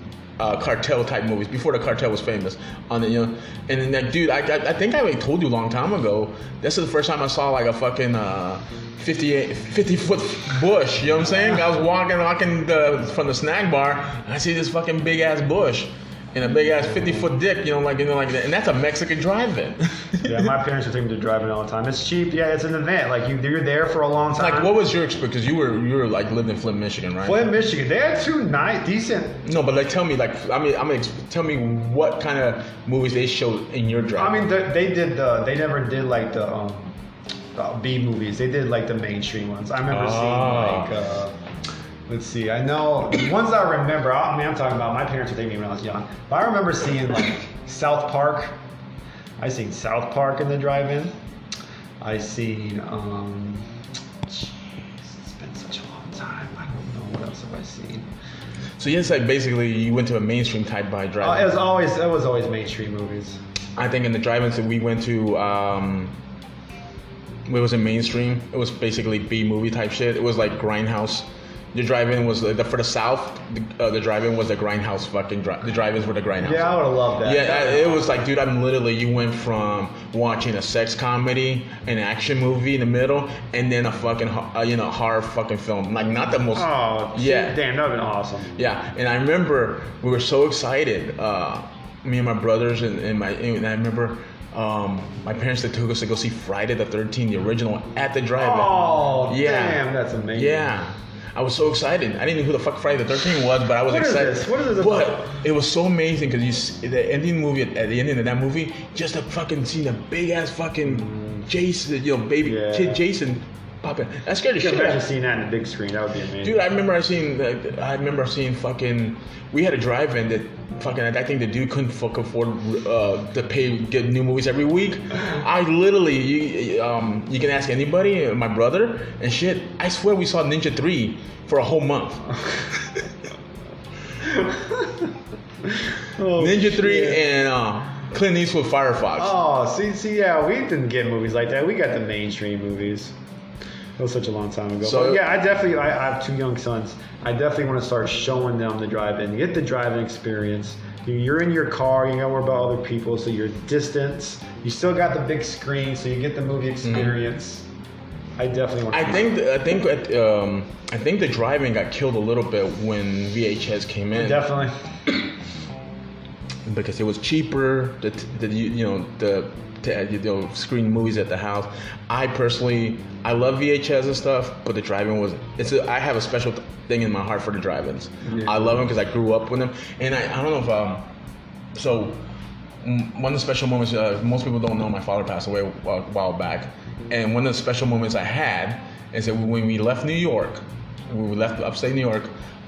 A: uh, cartel type movies before the cartel was famous. On the you know, and then like, dude, I, I, I think I already told you a long time ago. This is the first time I saw like a fucking uh, 58, 50 foot bush. You know what I'm saying? I was walking, walking the, from the snack bar, and I see this fucking big ass bush. And a big ass fifty foot dick, you know, like you know, like that, and that's a Mexican drive-in.
B: yeah, my parents would take me to driving all the time. It's cheap. Yeah, it's an event. Like you, you're there for a long time.
A: Like, what was your experience? Because you were you were like lived in Flint, Michigan, right?
B: Flint, Michigan. They had two nice, decent.
A: No, but like, tell me, like, I mean, I'm gonna ex- tell me what kind of movies they showed in your drive.
B: I mean, they, they did the. They never did like the um, the B movies. They did like the mainstream ones. I remember
A: Ah.
B: seeing like. Uh, Let's see. I know the ones I remember. I mean, I'm talking about my parents would take me when I was young. But I remember seeing like South Park. I seen South Park in the drive-in. I seen. Um, jeez, it's been such a long time. I don't know what else have I seen.
A: so yes, like basically, you went to a mainstream type by
B: Uh,
A: drive.
B: it was always it was always mainstream movies.
A: I think in the drive-ins that we went to, um, it was in mainstream. It was basically B movie type shit. It was like Grindhouse. The drive-in was the, for the South. The, uh, the drive-in was the Grindhouse fucking drive. The drive-ins were the Grindhouse.
B: Yeah, I would have loved that.
A: Yeah, I- it was like, dude, I'm literally, you went from watching a sex comedy, an action movie in the middle, and then a fucking, ho- uh, you know, horror fucking film. Like, not the most.
B: Oh,
A: Yeah.
B: yeah. Damn, that would have been awesome.
A: Yeah, and I remember we were so excited, uh, me and my brothers, and, and my, and I remember um, my parents, they took us to go see Friday the 13th, the original, at the drive-in.
B: Oh,
A: Yeah.
B: damn, that's amazing.
A: Yeah. I was so excited. I didn't know who the fuck Friday the 13th was, but I was
B: What is
A: excited.
B: this? What is this
A: But
B: about?
A: it was so amazing because you see the ending movie at the ending of that movie, just a fucking scene, a big ass fucking Jason, you know, baby
B: Yeah.
A: kid Jason popping. That scared the
B: You
A: shit
B: can
A: out
B: imagine
A: of me.
B: seeing that in the big screen. That would be amazing.
A: Dude, I remember I seen, like, I remember seeing fucking, we had a drive-in that fucking, I think the dude couldn't fuck afford uh, to pay, get new movies every week.
B: Uh-huh.
A: I literally, you, um, you can ask anybody, uh, my brother and shit, I swear we saw Ninja 3 for a whole month.
B: oh,
A: Ninja 3
B: shit.
A: and uh, Clint Eastwood Firefox.
B: Oh, see, see, yeah, we didn't get movies like that. We got the mainstream movies. That was such a long time ago.
A: So-
B: but yeah, I definitely, I, I have two young sons. I definitely want to start showing them the drive-in, get the drive-in experience. You- You're in your car, you got to worry about other people, so you're distance. You still got the big screen, so you get the movie experience. I definitely want.
A: Mm-hmm. I think I think at, um, I think the driving got killed a little bit when VHS came in
B: definitely.
A: because it was cheaper. The, the you, you know the to, you know screen movies at the house. I personally I love VHS and stuff, but the driving was it's a, I have a special thing in my heart for the drive-ins.
B: Yeah.
A: I love them because I grew up with them, and I, I don't know if um so m- one of the special moments uh, most people don't know my father passed away a while back and one of the special moments i had is that when we left new york when we left upstate new york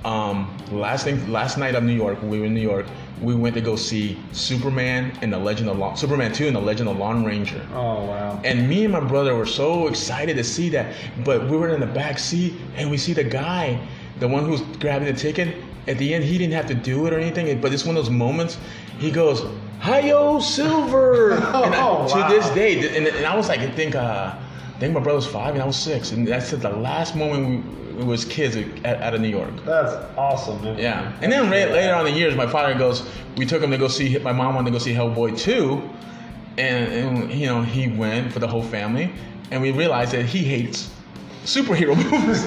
A: um, last thing last night of new york we were in new york we went to go see superman and the legend of Lon- superman 2 and the legend of lone ranger
B: Oh wow.
A: and me and my brother were so excited to see that. But we were in the back seat and we see the guy, the one who's grabbing the ticket. At the end, he didn't have to do it or anything. But it's one of those moments. He goes, "Hiyo, Silver!" and I-
B: Oh, wow.
A: To this day, th- and, and I was like, I think, uh, I think my brother was five and I was six, and that's the last moment we, we was kids at, out of New York.
B: That's awesome, man.
A: Yeah, and then ra- later on in the years, my father goes, we took him to go see. My mom wanted to go see Hellboy two, and, and you know he went for the whole family, and we realized that he hates superhero movies.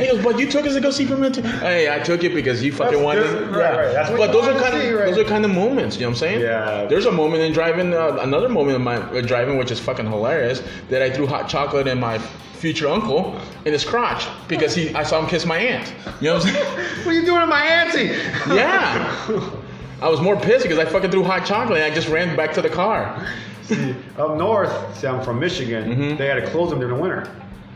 A: he goes, but you took us to go see Superman two. Hey, I took it because you fucking
B: That's-
A: wanted.
B: that's- right, right, that's what
A: but
B: you
A: those are
B: wanted to
A: kind of
B: see, right?
A: those are kind of moments. You know what I'm saying?
B: Yeah.
A: There's a moment in driving, uh, another moment in my uh, driving, which is fucking hilarious, that I threw hot chocolate in my future uncle in his crotch because he I saw him kiss my aunt. You know what I'm saying?
B: What are you doing to my auntie?
A: Yeah. I was more pissed because I fucking threw hot chocolate and I just ran back to the car.
B: See, up north, see, I'm from Michigan. They had to close them during the winter,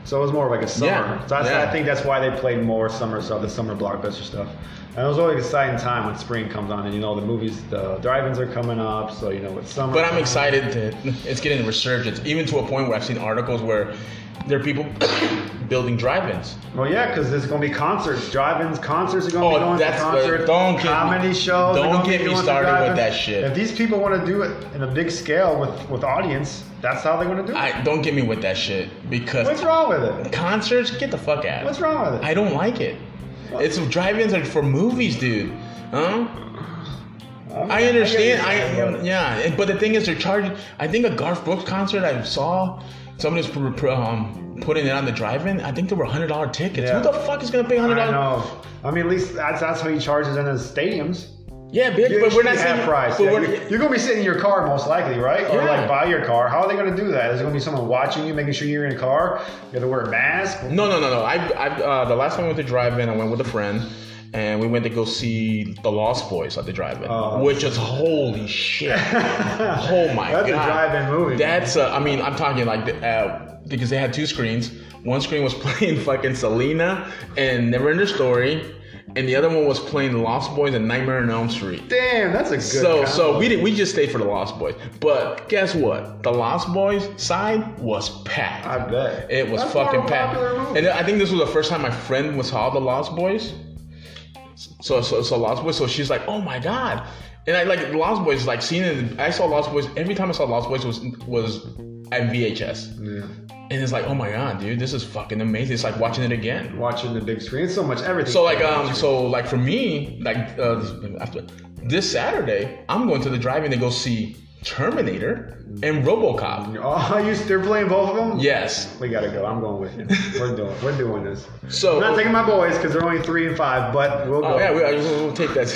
B: so it was more of like a summer.
A: Mm-hmm. Yeah,
B: So that's,
A: yeah.
B: I think that's why they played more summer stuff, the summer blockbuster stuff. And it was always an exciting time when spring comes on, and you know the movies, the drive-ins are coming up, so you know it's summer.
A: But I'm excited that it's getting a resurgence, even to a point where I've seen articles where there are people building drive-ins.
B: Well, yeah, because there's gonna be concerts, drive-ins, concerts are gonna
A: Oh,
B: be going
A: that's
B: to
A: the-
B: concerts,
A: don't get me-
B: comedy shows. are
A: don't
B: gonna
A: get me
B: be doing the
A: started with
B: drive-ins.
A: that shit.
B: If these people want to do it in a big scale with with audience, that's how they're gonna do it.
A: I don't get me with that shit because
B: What's wrong with it?
A: concerts, get the fuck out.
B: What's wrong with it?
A: I don't like it. It's drive-ins are for movies, dude. Huh?
B: mean,
A: I understand.
B: get it,
A: I,
B: but-
A: yeah, and- but the thing is, they're charging. I think a Garth Brooks concert I saw, somebody's pr- pr- um, putting it on the drive-in. I think there were hundred dollar tickets.
B: Yeah.
A: Who the fuck is gonna pay hundred
B: I
A: dollars?
B: know. I mean, at least that's that's how he charges in his stadiums.
A: Yeah, bitch,
B: You
A: but we're not
B: should
A: saying.
B: half price.
A: But
B: Yeah,
A: we're,
B: you- you're gonna be sitting in your car most likely, right? Or
A: Yeah.
B: like buy your car. How are they gonna do that? Is there gonna be someone watching you, making sure you're in a car? You have to wear a mask.
A: No, no, no, no. I, I, uh, the last time I went to drive-in, I went with a friend, and we went to go see The Lost Boys at the drive-in,
B: Oh.
A: which is holy shit. oh my
B: That's a
A: god,
B: drive-in movie.
A: That's, uh, I mean, I'm talking like the, uh, because they had two screens. One screen was playing fucking Selena and Never End Story, and the other one was playing The Lost Boys and Nightmare on Elm Street.
B: Damn, that's a good.
A: So, so
B: combo.
A: we did, we just stayed for the Lost Boys, but guess what? The Lost Boys side was packed.
B: I bet
A: It was
B: That's
A: fucking
B: more
A: packed.
B: popular movie.
A: And I think this was the first time my friend was saw the Lost Boys. So so so Lost Boys. So she's like, oh my god. And I like Lost Boys. Like seeing it, I saw Lost Boys every time I saw Lost Boys was was at VHS.
B: Yeah.
A: And it's like, oh my god, dude, this is fucking amazing. It's like watching it again.
B: Watching the big screen, so much everything.
A: So like um so like for me like uh, after this Saturday I'm going to the drive-in to go see Terminator and RoboCop.
B: oh, you, they're playing both of them.
A: Yes.
B: We gotta go. I'm going with you. We're doing. We're doing this.
A: So
B: I'm not taking my boys because they're only three and five, but we'll go.
A: oh yeah, we, we'll we'll take that.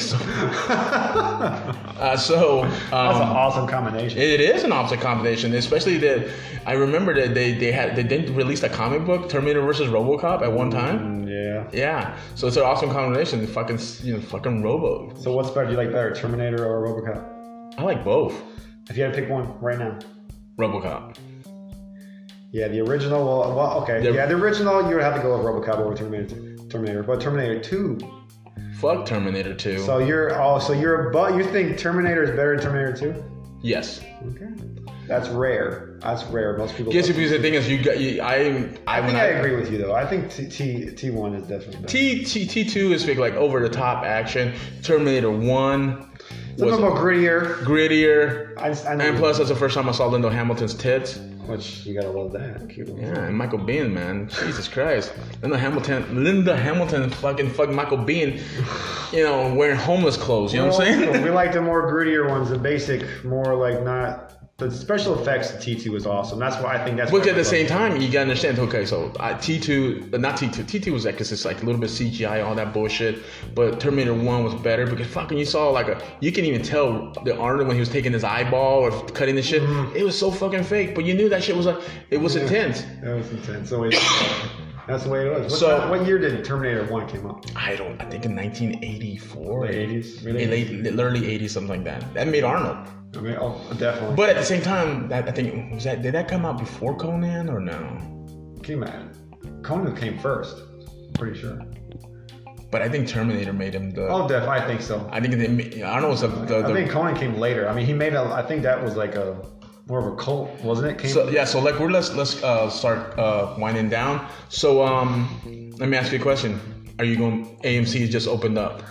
B: That's
A: Uh, so um,
B: an awesome combination.
A: It is an opposite combination, especially that I remember that they, they had they didn't release a comic book Terminator versus RoboCop at one time.
B: yeah.
A: Yeah, so it's an awesome combination. The fucking you know fucking Robo.
B: So what's better? Do you like better, Terminator or RoboCop?
A: I like both.
B: If you had to pick one right now.
A: RoboCop.
B: Yeah, the original. Well, well okay.
A: The-
B: yeah, the original. You would have to go with RoboCop over Terminator. Terminator, but Terminator Two.
A: Fuck Terminator 2.
B: So you're oh, so you're but you think Terminator is better than Terminator Two?
A: yes.
B: Okay, that's rare. That's rare. Most people.
A: Guess if you the thing is you got you, I I
B: I
A: when
B: think I
A: I,
B: agree with you though. I think T T T one is definitely better.
A: T T T two is big like over the top action. Terminator one
B: It's a
A: was
B: little more grittier.
A: grittier.
B: I, just- I know,
A: And plus, that's the first time I saw Lindo Hamilton's tits.
B: which you gotta love that. Cute little-
A: Yeah, and Michael Bean, man. Jesus Christ. Linda Hamilton, Linda Hamilton fucking fuck Michael Bean, you know, wearing homeless clothes. You know what I'm
B: Well,
A: saying?
B: we like the more grittier ones, the basic, more like not. The special effects of T two was awesome. That's why I think that's.
A: But
B: why
A: at the same
B: everybody-
A: time, you gotta understand. Okay, so uh, T2, uh, not T2, T2 was like, cause it's like a little bit CGI, all that bullshit. But Terminator 1 was better because fucking you saw like a, you can even tell the Arnold when he was taking his eyeball or cutting the shit. It was so fucking fake, but you knew that shit was like, it was intense.
B: That was intense. So it, that's the way it was. What,
A: So-
B: what year did Terminator One came out?
A: I don't, I think in 1984,
B: The eighties,
A: eh, late, early 80s, something like that. That made Arnold.
B: I mean, oh, definitely.
A: But at the same time, that, I think was that did that come out before Conan or no?
B: came out. Conan came first. Pretty sure.
A: But I think Terminator made him the.
B: Oh, def. I think so.
A: I think they. ma- I don't know. It's the, the,
B: I
A: the-
B: think Conan came later. I mean, he made a. I think that was like a more of a cult, wasn't it? Came
A: so, yeah. So like we're let's let's uh, start uh, winding down. So um, let me ask you a question. Are you going? AMC's just opened up.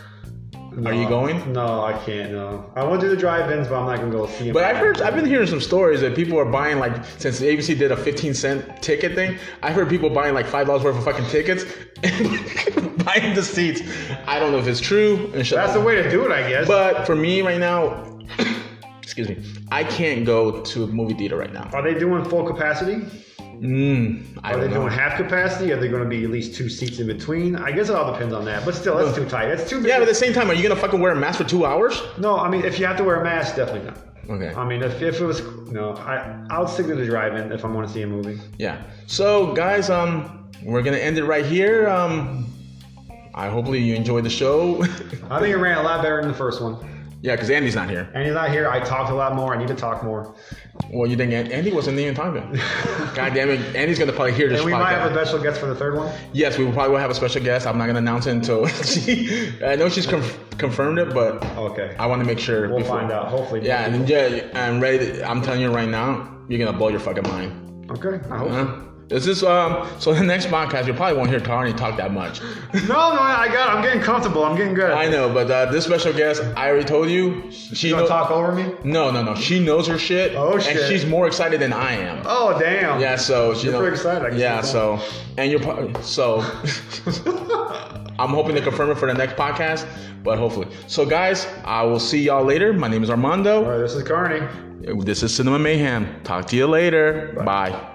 B: No,
A: Are you going?
B: No, I can't. No, I want to do the drive-ins, but I'm not gonna go see him.
A: But I've heard I've been hearing some stories that people are buying like since ABC did a 15 cent ticket thing. I've heard people buying like five dollars worth of fucking tickets and buying the seats. I don't know if it's true. And shut
B: That's the way to do it, I guess.
A: But for me right now, excuse me, I can't go to a movie theater right now.
B: are they doing full capacity?
A: Mm, I
B: Are they
A: don't know.
B: doing half capacity? Are they going to be at least two seats in between? I guess it all depends on that. But still, that's too tight. That's too big.
A: Yeah, but at the same time, are you gonna fucking wear a mask for two hours? Um,
B: no, I mean, if you have to wear a mask, definitely not.
A: Okay.
B: I mean, if, if it was no, I I'll stick to the drive-in if I want to see a movie.
A: Yeah. So guys, um, we're gonna end it right here. Um, I hopefully you enjoyed the show.
B: I think it ran a lot better than the first one.
A: yeah, because Andy's not here.
B: And he's not here. I talked a lot more. I need to talk more.
A: Well, you think An- Andy wasn't even talking? God damn it, Andy's gonna probably hear this.
B: And we might have a
A: podcast.
B: special guest for the third one.
A: yes, we probably will have a special guest. I'm not gonna announce it until she. I know she's conf- confirmed it, but
B: Okay,
A: I want to make sure
B: we'll find out. Hopefully.
A: Yeah, and yeah, I'm ready. To, I'm telling you right now, you're gonna blow your fucking mind.
B: Okay. I hope.
A: Huh? This is um. So the next podcast, you probably won't hear Tarni talk that much.
B: No, no, I got. I'm getting comfortable. I'm getting good.
A: I
B: You
A: know, but uh, this special guest, I already told you, she
B: gonna
A: knows.
B: talk over me?
A: no, no, no. She knows her shit.
B: Oh, shit.
A: And she's more excited than I am.
B: Oh damn.
A: Yeah, so she
B: You're
A: knows.
B: pretty excited, I can
A: Yeah,
B: see
A: so and you're probably so. I'm hoping to confirm it for the next podcast, but hopefully. So, guys, I will see y'all later. My name is
B: All
A: Armando.
B: right, this is Carney.
A: This is Cinema Mayhem. Talk to you later. Bye.